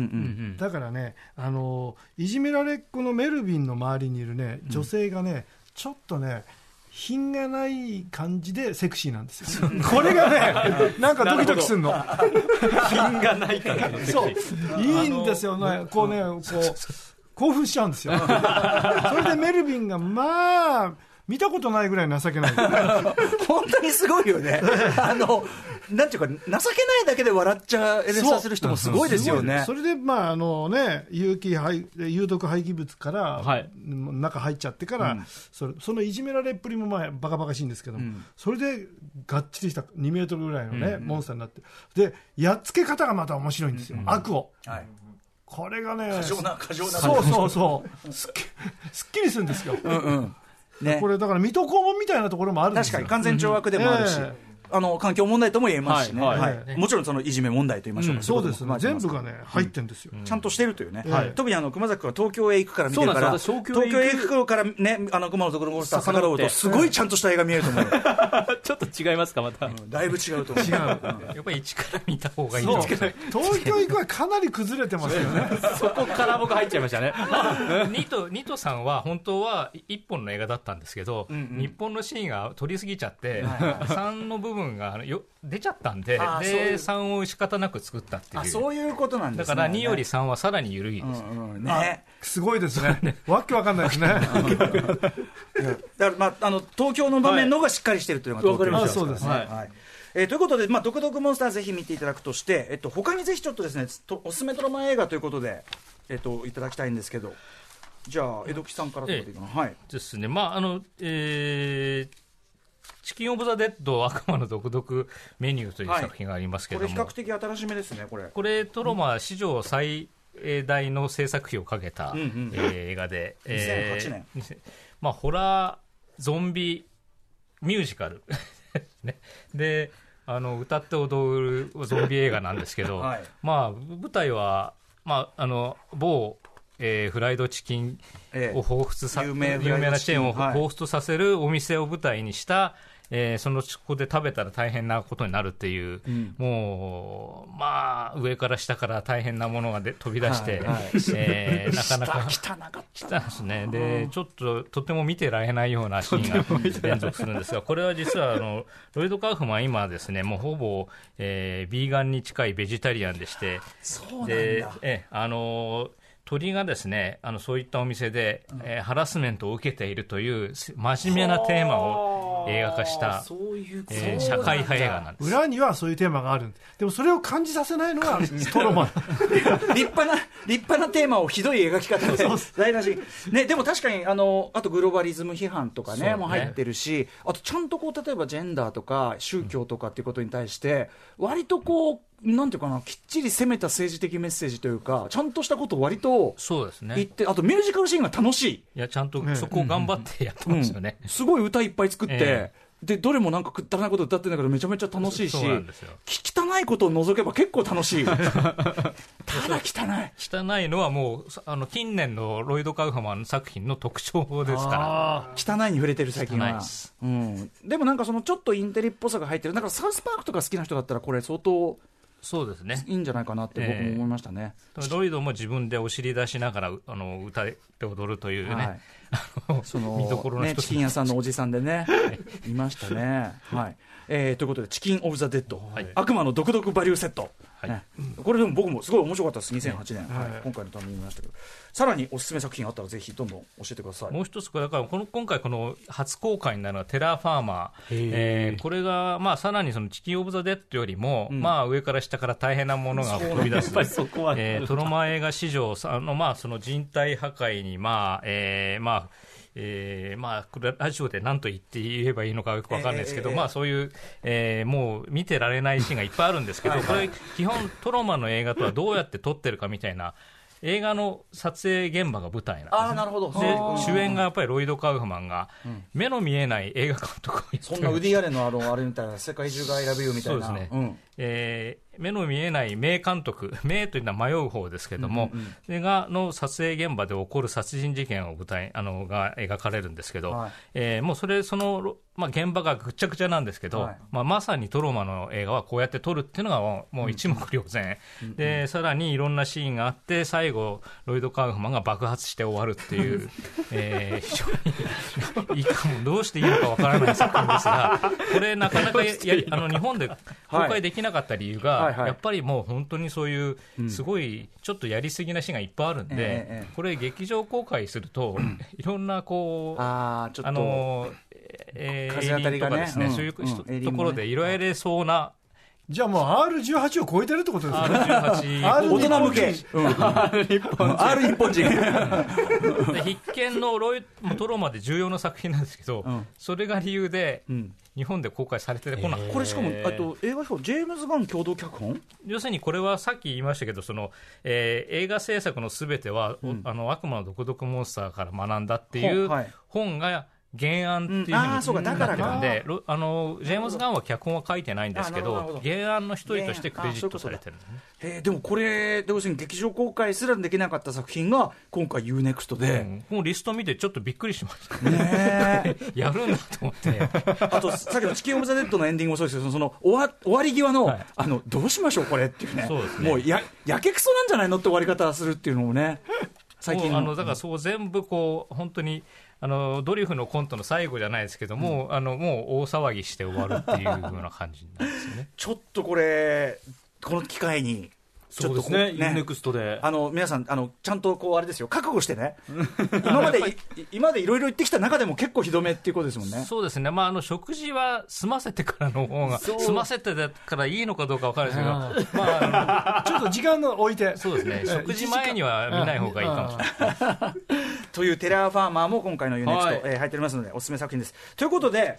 Speaker 2: だからね、あのいじめられっ子のメルビンの周りにいるね、女性がね、ちょっとね、品がない感じでセクシーなんですよ。これが ね、なんかドキドキすんの。
Speaker 6: 品が ないからね
Speaker 2: そう。いいんですよね。こうね、こう、興奮しちゃうん ですよ。それでメルビンが、まあ、見たことないぐらい情けない。
Speaker 3: 本当にすごいよね。あの、なんていうか、情けないだけで笑っちゃえさせる人もすごいですよね。
Speaker 2: それで、まあ、あのね、有機廃、有毒廃棄物から、
Speaker 6: はい
Speaker 2: 中入っちゃってから、それ、そのいじめられっぷりも、まあ、バカバカしいんですけども、それで、がっちりした2メートルぐらいのね、モンスターになって。で、やっつけ方がまた面白いんですよ。悪を。
Speaker 3: はい
Speaker 2: これがね、
Speaker 3: 過剰な、過剰な。
Speaker 2: そうそうそう。すっきすっきりするんですよ。
Speaker 3: うんうん。ね
Speaker 2: こ。れだから水戸黄門みたいなところもあるんで
Speaker 3: 確
Speaker 2: すよ
Speaker 3: かに完全懲悪でもあるし
Speaker 2: ええ。
Speaker 3: あの環境問題とも言えますしね、
Speaker 6: はい
Speaker 2: はい
Speaker 3: はいもちろんそのいじめ問題と言いましょうか、
Speaker 2: そうですね
Speaker 3: まあ
Speaker 2: 全部がね入ってんですよ、
Speaker 3: ちゃんとしてるというね、
Speaker 2: はい
Speaker 3: 特にあの熊崎君は東京へ行くから見てるから、
Speaker 6: そうなん
Speaker 3: 東
Speaker 6: です私東京
Speaker 3: 京
Speaker 6: へ
Speaker 3: へ
Speaker 6: 行く
Speaker 3: 行くからね、あの熊のところのゴールター逆らう
Speaker 6: 遡
Speaker 3: と、
Speaker 6: って
Speaker 3: すごいちゃんとした映画見えると思うよ、
Speaker 6: ちょっと違いますかまた
Speaker 3: だいぶ違うと思う。違う
Speaker 4: やっぱり一から見た方がいい と思う
Speaker 2: 東京行くはかなり崩れてますよね
Speaker 6: そこから僕入っちゃいましたね
Speaker 4: ニト、ニトさんは本当は一本の映画だったんですけど、日本のシーンが撮りすぎちゃって、3の部分があのよ出ちゃったんで
Speaker 3: あ、ーそういう
Speaker 4: で、3を仕方なく作ったって
Speaker 3: あ
Speaker 4: いう。
Speaker 3: そういうことなんで
Speaker 4: だ
Speaker 3: すね。
Speaker 4: から2より3はさらに緩いです。
Speaker 3: うんうんね、
Speaker 2: すごいですねわけわかんないですね
Speaker 3: だから、まあ、あの東京の場面の方がしっかりしてるというのが東京
Speaker 2: あ
Speaker 3: の
Speaker 2: そうですね、
Speaker 3: はいはいえーということで、まあ、独特モンスターぜひ見ていただくとして、えっと、他にぜひちょっとですね、とおすすめトラマ映画ということで、えっと、いただきたいんですけど、じゃあ、江戸木さんからということでいいかな、はい。
Speaker 4: ですね、まああのえーチキン・オブ・ザ・デッド 悪魔の独特メニューという作品がありますけ
Speaker 3: こ
Speaker 4: れど
Speaker 3: れ
Speaker 4: も、
Speaker 3: 比較的新しめですね、これ。
Speaker 4: これトロマ史上最大の制作費をかけた、
Speaker 3: んうん
Speaker 4: えー映画で、えー
Speaker 3: 2008年
Speaker 4: 2000まあ、ホラーゾンビミュージカル、 ね、であの歌って踊るゾンビ映画なんですけど、
Speaker 3: はい
Speaker 4: まあ、舞台は、まあ、あの某、えーフライドチキン
Speaker 3: ええ
Speaker 4: を彷彿さ
Speaker 3: 有
Speaker 4: 有
Speaker 3: 名
Speaker 4: 名
Speaker 3: フライドチキン
Speaker 4: なチェーンを
Speaker 3: はい
Speaker 4: 彷彿とさせるお店を舞台にした、えーそのそこで食べたら大変なことになるっていう、もう、まあ、上から下から大変なものがで飛び出して、えーなかなか。
Speaker 3: 汚かっ
Speaker 4: 来たんですね。で、ちょっと、とても見てられないようなシーンが連続するん ですが、これは実は、あの、ロイド・カーフマン今ですね、もうほぼ、えービーガンに近いベジタリアンでして、
Speaker 3: そうなんだ。
Speaker 4: で、ええあの鳥がですね、あのそういったお店で、えーハラスメントを受けているというす真面目なテーマを映画化した、
Speaker 3: そういうこと
Speaker 4: えー社会派映画なんです。
Speaker 2: 裏にはそういうテーマがあるんででもそれを感じさせないのがトロマン
Speaker 3: 立派な、立派なテーマをひどい描き方で、台無しにね、でも確かに、あの、あとグローバリズム批判とか
Speaker 4: そう
Speaker 3: ね、
Speaker 4: ね
Speaker 3: も入ってるし、あとちゃんとこう、例えばジェンダーとか宗教とかっていうことに対して、割とこう、なんていうかな、きっちり攻めた政治的メッセージというか、ちゃんとしたことを割と
Speaker 4: そうです
Speaker 3: 言っ
Speaker 4: ね。
Speaker 3: て、あとミュージカルシーンが楽しい。
Speaker 4: いや、ちゃんとそこを頑張ってやってますよね。
Speaker 3: すごい歌いっぱい作って、
Speaker 4: え
Speaker 3: で、どれもなんかくだらないこと歌ってんだけど、めちゃめちゃ楽しいし、
Speaker 4: そうなんですよ
Speaker 3: き汚いことを除けば結構楽 しい。ただ汚い。
Speaker 4: 汚いのはもう、さあの、近年のロイド・カウフマン作品の特徴ですから。
Speaker 3: 汚いに触れてる最近
Speaker 4: 汚い
Speaker 3: は
Speaker 4: で、
Speaker 3: うん、でもなんかそのちょっとインテリっぽさが入ってるだからサウスパークとか好きな人だったらこれ相当
Speaker 4: そうですね
Speaker 3: い。いんじゃないかなって僕も思いましたね、
Speaker 4: ロイドも自分でお尻出しながら、あの、歌って踊るというね、
Speaker 3: はい
Speaker 4: あの
Speaker 3: その
Speaker 4: 見どころの
Speaker 3: ね、
Speaker 4: 一
Speaker 3: チ
Speaker 4: つ
Speaker 3: キン屋さんのおじさんでねいました ね、はいえーということで「チキン・オブ・ザ・デッド、
Speaker 4: い
Speaker 3: 悪魔の独特バリューセット」
Speaker 4: はい
Speaker 3: ねこれでも僕もすごい面白かったです2008年、はい今回のために見ましたけどさらにおすすめ作品あったらぜひどんどん教えてください
Speaker 4: もう一つ、これだからこの今回、この初公開になるのはテラファーマー、えーこれが、まあ、さらにそのチキン・オブ・ザ・デッドよりも、まあ、上から下から大変なものが飛び出す、
Speaker 6: そこは
Speaker 4: えートロマ映画史上、さあのまあ、その人体破壊に、まあえーまあえーまあ、これラジオで何と言って言えばいいのかよくわかんないですけど、まあ、そういう、えーもう見てられないシーンがいっぱいあるんですけど、これ、基本、トロマの映画とはどうやって撮ってるかみたいな、映画の撮影現場が舞台なんですね
Speaker 3: ああなるほど
Speaker 4: で
Speaker 3: あー
Speaker 4: 主演がやっぱりロイド・カウフマンが、目の見えない映画監督をやって
Speaker 3: そんなウディ・アレンのあのあれみたいな世界中が選べよみたい
Speaker 4: そう
Speaker 3: な
Speaker 4: ですね、
Speaker 3: うん
Speaker 4: えー目の見えない名監督、名というのは迷う方ですけども、それがの撮影現場で起こる殺人事件を舞台あのが描かれるんですけど、
Speaker 2: はい
Speaker 4: えーもうそれ、その、まあ、現場がぐっちゃぐちゃなんですけど、
Speaker 2: はい
Speaker 4: まあ、まさにトロマの映画はこうやって撮るっていうのがもうもう一目瞭然、でさらにいろんなシーンがあって、最後、ロイド・カウフマンが爆発して終わるっていう、えー非常に いいかも、どうしていいのかわからない作品ですが、これ、なかなかやあの日本で公開できなかった理由が、
Speaker 3: はいはい
Speaker 4: やっぱりもう本当にそういう、すごいちょっとやりすぎなシーンがいっぱいあるんで、
Speaker 3: えええ
Speaker 4: これ、劇場公開すると、いろんなこう、
Speaker 3: ああちょっと、
Speaker 4: あのえー、
Speaker 3: 風当たりがね
Speaker 4: エイリーンとかですね、
Speaker 3: うん
Speaker 4: そういう人
Speaker 3: うんエイリーンもね
Speaker 4: ところでいろいろそうな
Speaker 2: じゃあもう R18 を超えてるってことです ね
Speaker 4: R18
Speaker 3: 大人向け、うん、R 日本人
Speaker 4: で必見のロイトロマで重要な作品なんですけど、
Speaker 3: ん
Speaker 4: それが理由で、
Speaker 3: ん
Speaker 4: 日本で公開されてこなかった
Speaker 3: これしかも、あと映画表、ジェームズ・ガン共同脚本
Speaker 4: 要するにこれはさっき言いましたけど、そのえー映画制作のすべては、おあの悪魔の毒毒モンスターから学んだっていう
Speaker 3: ほうはい
Speaker 4: 本が原案っていうふう
Speaker 3: う
Speaker 4: に
Speaker 3: んあーそうかだ
Speaker 4: なっ
Speaker 3: から
Speaker 4: て
Speaker 3: か
Speaker 4: たんで、ロあのジェームズ・ガンは脚本は書いてないんですけ
Speaker 3: あなるほ
Speaker 4: ど
Speaker 3: ど、
Speaker 4: 原案の一人としてクレジットされてるんですね。
Speaker 3: えーでもこれ、どうせ劇場公開すらできなかった作品が、今回、UNEXT で、
Speaker 4: うんこのリスト見てちょっとびっくりしました。
Speaker 3: ねえ
Speaker 4: やるんだと思って。
Speaker 3: あとさっきの「地球オブ・ザ・デッド」のエンディングもそうですけど、その終わ終わり際の,、
Speaker 4: はい
Speaker 3: あの、どうしましょう、これっていうね、
Speaker 4: そうですね
Speaker 3: もうややけくそなんじゃないのって終わり方するっていうのもね、 最近
Speaker 4: もう
Speaker 3: の
Speaker 4: あのだからそう全部こう本当にあのドリフのコントの最後じゃないですけども、あのもう大騒ぎして終わるっていうような感じなんですよね
Speaker 3: ちょっとこれ、この機会に、ちょっとこう
Speaker 6: クストで
Speaker 3: あの皆さんあの、ちゃんとこうあれですよ、覚悟してね、今までい今までいろいろ言ってきた中でも結構ひどめっていうことですもんね。
Speaker 4: そうですね、まあ、あの食事は済ませてからの方が済ませてからいいのかどうか分からないですけど、まあ、あ
Speaker 2: ちょっと時間の置いて
Speaker 4: のそうですね食事前には見ない方がいいかもしれない
Speaker 3: というテラーファーマーも今回のユネクスト、
Speaker 6: はい
Speaker 3: えー入っておりますので、おすすめ作品です。ということで、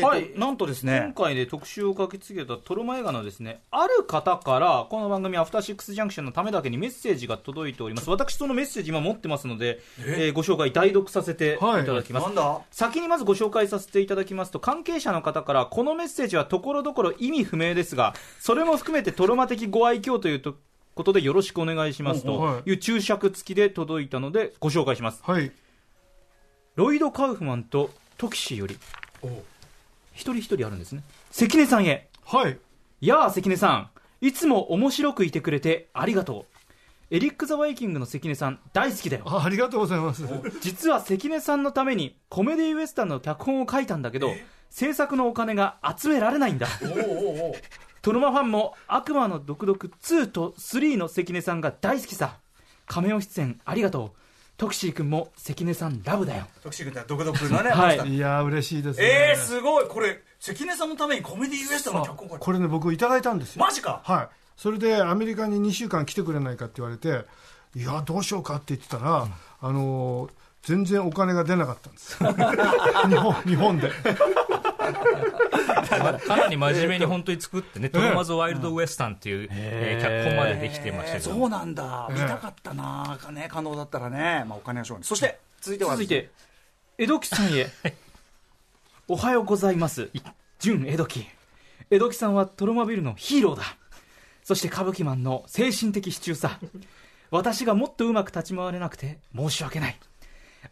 Speaker 6: は
Speaker 3: え
Speaker 6: い
Speaker 3: っとなんとです
Speaker 6: 今
Speaker 3: ね、
Speaker 6: 回で特集をかけつけたトロマ映画のですねある方からこの番組「アフターシックスジャンクション」のためだけにメッセージが届いております私そのメッセージ今持ってますので、えーご紹介代読させていただきます、
Speaker 3: なんだ
Speaker 6: 先にまずご紹介させていただきますと関係者の方からこのメッセージはところどころ意味不明ですがそれも含めてトロマ的ご愛嬌というとことでよろしくお願いします
Speaker 2: おうおうは
Speaker 6: と
Speaker 2: い
Speaker 6: いう注釈付きで届いたのでご紹介します
Speaker 2: はい
Speaker 6: ロイド・カウフマンとトキシーより一人一人あるんですね関根さんへ
Speaker 2: はい
Speaker 6: やあ関根さんいつも面白くいてくれてありがとうエリック・ザ・ワイキングの関根さん大好きだよ
Speaker 2: あありがとうございます
Speaker 6: 実は関根さんのためにコメディウエスタンの脚本を書いたんだけど制作のお金が集められないんだトロマファンも「悪魔の毒々2」と3の関根さんが大好きさ仮面出演ありがとうトクシー君も関根さんラブだよ
Speaker 3: 徳志君って独特のね、
Speaker 6: はい
Speaker 3: マスター
Speaker 2: いやー嬉しいですね
Speaker 3: えー、すごい、これ、関根さんのためにコメディウエストの脚本書いて
Speaker 2: これね僕いただいたんですよ
Speaker 3: マジか
Speaker 2: はいそれでアメリカに2週間来てくれないかって言われていやどうしようかって言ってたら、あのー全然お金が出なかったんです 日本日本で
Speaker 4: かなり真面目に本当に作ってね、トロマズ・ワイルド・ウエスタンっていう、えー脚本までできてました
Speaker 3: えー
Speaker 4: け
Speaker 3: そ
Speaker 4: ど
Speaker 3: う、なんだ、
Speaker 2: え
Speaker 3: 見
Speaker 2: え
Speaker 3: たかったな、ね、可能だったらね、まあ、お金はしょうがない。そして、続いては、
Speaker 6: 続いて江戸木さん へおはようございます純江戸木江戸木さんはトロマビルのヒーローだそして歌舞伎マンの精神的支柱さ私がもっとうまく立ち回れなくて申し訳ない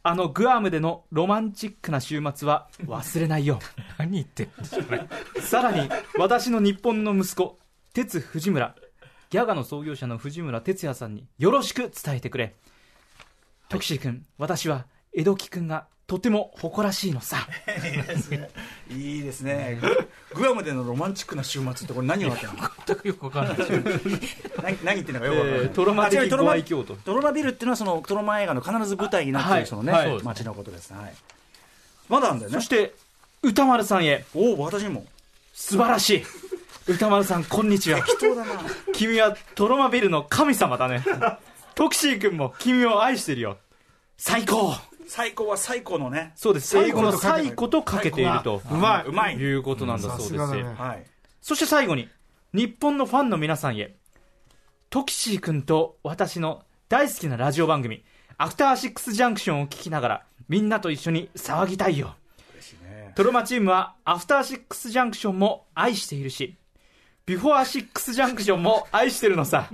Speaker 6: あのグアムでのロマンチックな週末は忘れないよ
Speaker 4: 何言ってんの
Speaker 6: さらに私の日本の息子鉄藤村ギャガの創業者の藤村哲也さんによろしく伝えてくれトキシー君私は江戸木君がとても誇らしいのさ
Speaker 3: いいですね、グアムでのロマンチックな週末って、これ、何があったの
Speaker 4: 全くよくわからないですよ
Speaker 3: 何何言ってんのかよくわからない、
Speaker 6: えートロマ的
Speaker 3: あ違うトロマ
Speaker 6: ご愛嬌と
Speaker 3: トロマビルっていうのはそのトロマ映画の必ず舞台になっているそのね、
Speaker 6: はいはい
Speaker 3: 街のことですね、はい、まだあんだよね
Speaker 6: そして歌丸さんへ
Speaker 3: おお私にも
Speaker 6: 素晴らしい歌丸さんこんに ちは
Speaker 3: そうだな
Speaker 6: 君はトロマビルの神様だねトキシー君も君を愛してるよ最高
Speaker 3: 最高は最高のね
Speaker 6: そうです英
Speaker 2: 最
Speaker 6: 語
Speaker 2: 高
Speaker 6: の
Speaker 2: と書け
Speaker 6: 「
Speaker 2: ばいい
Speaker 6: 最高」とかけていると
Speaker 2: うまいう
Speaker 3: まい
Speaker 6: いうことなんだそう
Speaker 2: さ
Speaker 6: です
Speaker 2: すがだね
Speaker 3: はい
Speaker 6: そして最後に、日本のファンの皆さんへ、トキシー君と私の大好きなラジオ番組、アフターシックスジャンクションを聞きながら、みんなと一緒に騒ぎたいよ。トロマチームは、アフターシックスジャンクションも愛しているし、ビフォアシックスジャンクションも愛してるのさ。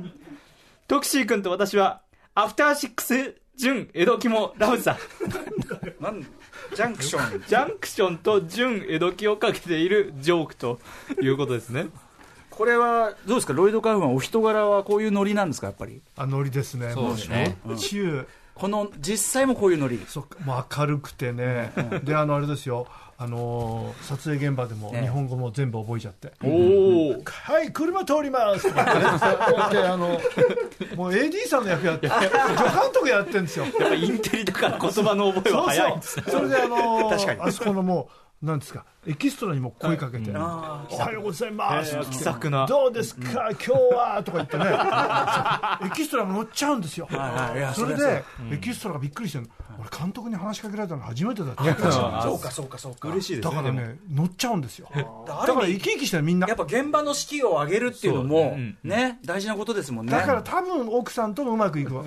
Speaker 6: トクシー君と私は、アフターシックス、純、江戸木もラブさ。
Speaker 3: なんジャンクション
Speaker 6: ジャンクションと純、江戸木をかけているジョークということですね。
Speaker 3: これはどうですかロイド・カウフマンお人柄はこういうノリなんですかやっぱり
Speaker 2: あノリですね
Speaker 4: そうですね
Speaker 2: もうしょっちゅう
Speaker 3: この実際もこういうノリ
Speaker 2: そっかもう明るくてねであのあれですよあのー撮影現場でも日本語も全部覚えちゃって
Speaker 6: おおー。
Speaker 2: はい、車通り ますとか言ってねであの、もう AD さんの役やって、助監督やってるんですよ。
Speaker 6: やっぱインテリだから言葉の覚えは
Speaker 2: そう
Speaker 6: 早いんです
Speaker 2: そう、それであの
Speaker 3: 確かに
Speaker 2: ー、あそこのもう、なんですか、エキストラにも声かけて、おはようございます
Speaker 6: えー気さくな
Speaker 2: どうですか、今日はとか言ってね、エキストラも乗っちゃうんですよ
Speaker 3: はいはいいや、
Speaker 2: それ
Speaker 3: そりゃ
Speaker 2: でエキストラがびっくりしてるの、俺、監督に話しかけられたの初めてだった
Speaker 3: そうかそうかそうか
Speaker 6: 嬉しいです
Speaker 2: だ
Speaker 6: ね
Speaker 2: からね、乗っちゃうんですよ、だ
Speaker 3: ある意味
Speaker 2: から生き生きしてる、みんな
Speaker 3: やっ。ぱ現場の士気を上げるっていうのも
Speaker 6: そううん
Speaker 3: ね大事なことですもんね
Speaker 2: だから多分奥さんともうまくいくわ。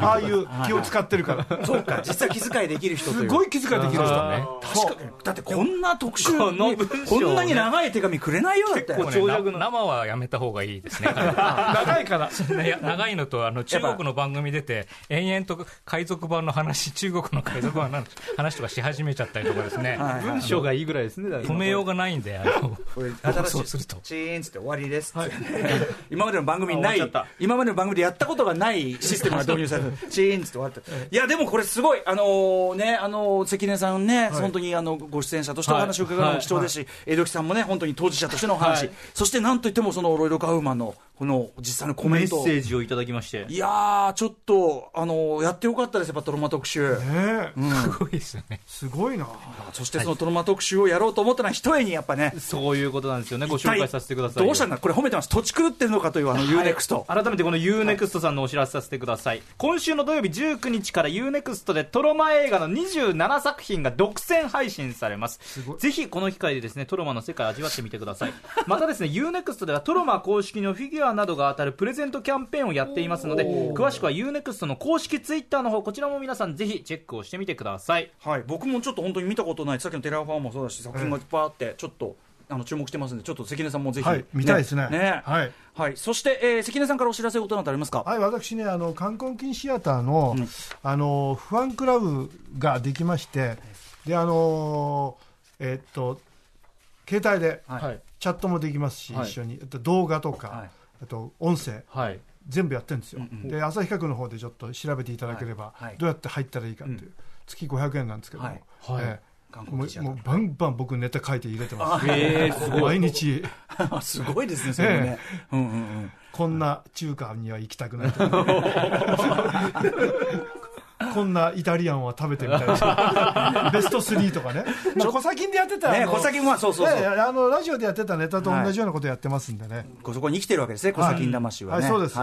Speaker 2: ああいう気を使ってるから。
Speaker 3: そうか実は気遣いできる人という
Speaker 2: すごい気遣いできる人ね。
Speaker 3: 確かにだってこんな特集
Speaker 6: この
Speaker 3: に
Speaker 6: 文章ね
Speaker 3: こんなに長い手紙くれないよだって
Speaker 4: これねな生はやめた方がいいですね。
Speaker 2: 長いから。
Speaker 4: いや長いのとあの中国の番組出て延々と海賊版の話中国の海賊版の話とかし始めちゃったりとかですね
Speaker 6: 文章がいいぐらいですね、だから
Speaker 4: 止めようがないんであの
Speaker 3: これ新し
Speaker 4: そ
Speaker 3: いう
Speaker 4: すると
Speaker 3: チーンつって終わりですって、 今までの番組にな
Speaker 6: あ終わっ
Speaker 3: い
Speaker 6: ちゃった
Speaker 3: 今までの番組でやったことがないシステムが導入された チーンつって終わったいやでもこれすごいあのーねあのー関根さんね、本当にあのご出演者としてお話を伺うのも貴重ですし、江戸木さんもね本当に当事者としてのお話、
Speaker 6: はい
Speaker 3: そしてなんといってもそのロイド・カウフマンのこの実際のコ
Speaker 6: メ
Speaker 3: メ
Speaker 6: ッ
Speaker 3: ント
Speaker 6: セージをいただきまして
Speaker 3: いやーちょっとあのーやってよかったですやっぱトロマ特集、
Speaker 2: ねえ
Speaker 4: すごいですよね
Speaker 2: すごいな。
Speaker 3: そしてそのトロマ特集をやろうと思ったのは一重にやっぱね
Speaker 6: そういうことなんですよねご紹介させてくださいよ
Speaker 3: どうしたんだこれ褒めてます土地狂ってるのかというあの UNEXT、
Speaker 6: 改めてこの UNEXT さんのお知らせさせてください、今週の土曜日19日から UNEXT でトロマ映画の27作品が独占配信されますぜひこの機会でですねトロマの世界を味わってみてください またですね UNEXT ではトロマ公式のフィギュアなどが当たるプレゼントキャンペーンをやっていますので詳しくは UNEXT の公式 Twitter の方こちらも皆さんぜひチェックをしてみてください
Speaker 3: はい、僕もちょっと本当に見たことないさっきのテラファーもそうだし作品がいっぱいあってちょっと。あの注目してますんで、ちょっと関根さんもぜひ、
Speaker 2: はい見たいですね
Speaker 3: は
Speaker 2: はいい、
Speaker 3: はい、そして、えー関根さんからお知らせことなんてありますか。
Speaker 2: はい、私ね、あの、冠婚金シアターの、あの、ファンクラブができまして、で、あの、えっと、携帯で
Speaker 3: はい
Speaker 2: チャットもできますし、
Speaker 3: はい
Speaker 2: 一緒に、あと動画と
Speaker 3: はい
Speaker 2: か、あと音声、
Speaker 6: はい
Speaker 2: 全部やってるんですよ、で朝日企画の方でちょっと調べていただければ、
Speaker 3: はいはい
Speaker 2: どうやって入ったらいいかっていう、月500円なんですけども、
Speaker 3: はい
Speaker 6: はい
Speaker 2: ええ
Speaker 3: 韓
Speaker 2: も
Speaker 3: 国記者
Speaker 2: うもうバンバン僕、ネタ書いて入れてます、
Speaker 6: えー、すごい
Speaker 2: 毎日、
Speaker 3: すごいですね、それもね。うんうんうん。
Speaker 2: こんな中華には行きたくない とかこんなイタリアンは食べてみたい とかベスト3とかね、まあ、小先でやってた
Speaker 3: ね
Speaker 2: あの
Speaker 3: 小先もそうそうそう
Speaker 2: ねあのラジオでやってたネタと同じようなことやってますんでね、
Speaker 3: こそこに生きてるわけですね、小崎魂はね、
Speaker 2: はいそうです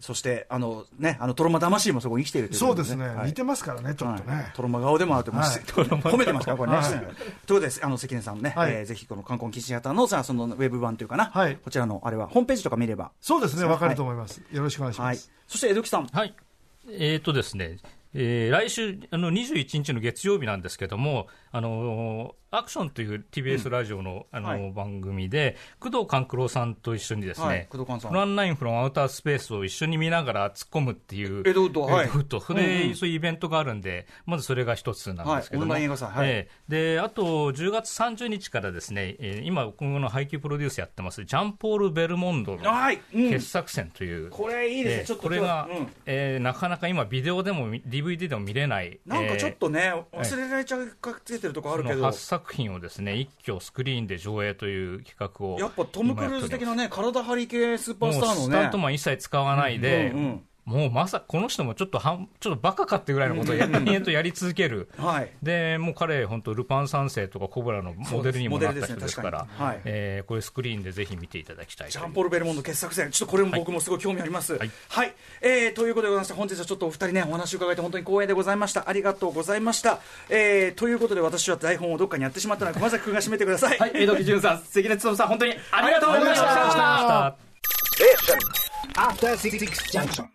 Speaker 3: そして、あのね、あのトロマ魂もそこに生きてるというこ
Speaker 2: そう
Speaker 3: と
Speaker 2: ですね、
Speaker 3: はい
Speaker 2: 似てますからね、ちょっとね。
Speaker 3: はいトロマ顔でもあると思うし、
Speaker 2: はい
Speaker 3: 褒めてますから、これね。
Speaker 2: はい
Speaker 3: ということです、あの関根さんね、
Speaker 2: はい
Speaker 3: えーぜひこの観光キシアターのさ、そのウェブ版というかな、
Speaker 2: はい
Speaker 3: こちらのあれはホームページとか見れば、
Speaker 2: そうですね、わかると思います、よろしくお願いしま
Speaker 3: はい
Speaker 2: す。、
Speaker 3: そして江戸木さん、
Speaker 4: はい。えー、とですね、えー来週あの21日の月曜日なんですけども、あのーアクションという TBS ラジオの,、あのー
Speaker 3: はい
Speaker 4: 番組で、工藤官九郎さんと一緒にですね、
Speaker 3: はい工藤官さん
Speaker 4: フロンラインフロンアウタースペースを一緒に見ながら突っ込むっていう、
Speaker 3: 江戸ウッドはい
Speaker 4: 江戸ウッドそれで、そういうイベントがあるんで、まずそれが一つなんですけども、
Speaker 3: はいオンライン映画祭はい
Speaker 4: えーであと10月30日からですね、えー今、今後の配給プロデュースやってます、ジャンポール・ベルモンドの
Speaker 3: はいうん
Speaker 4: 傑作選という、
Speaker 3: これいいですね
Speaker 4: えー
Speaker 3: ちょっと
Speaker 4: これが、
Speaker 3: 今日はうん
Speaker 4: えーなかなか今、ビデオでもみ DVD でも見れない、
Speaker 3: なんかちょっとね、
Speaker 4: えー
Speaker 3: 忘れられちゃうかつけてるとこあ
Speaker 4: えー
Speaker 3: るけ
Speaker 4: そ
Speaker 3: ど、
Speaker 4: の8作品をですね一挙スクリーンで上映という企画を
Speaker 3: やっぱトム・クルーズ的なね、体張り系スーパースター
Speaker 4: もう
Speaker 3: の
Speaker 4: スタン
Speaker 3: ね
Speaker 4: ト、マン一切使わないで、
Speaker 3: うんうん
Speaker 4: もうまさこの人もちょっとはんちょっとバカかってぐらいのことをや,、とやり続ける。
Speaker 3: はい、
Speaker 4: でもう彼、本当、ルパン三世とかコブラのモデルにもなった人ですか
Speaker 3: モ
Speaker 4: ら
Speaker 3: デルですね確かにはい、
Speaker 4: えーこれ、スクリーンでぜひ見ていただきたい
Speaker 3: ジ
Speaker 4: と
Speaker 3: ャ
Speaker 4: い
Speaker 3: ン
Speaker 4: う
Speaker 3: ポール・ベルモンド傑作選、ちょっとこれも僕もすごい興味あります。はい、えーということでございまして、本日はちょっとお二人ね、お話を伺えて本当に光栄でございました。ありがとうございました。えーということで、私は台本をどっかにやってしまったので、熊崎君が締めてください。
Speaker 6: はい江戸木潤さん関根勤さん本当にありがとうございました
Speaker 4: ありがとうございました
Speaker 7: After Six Junction.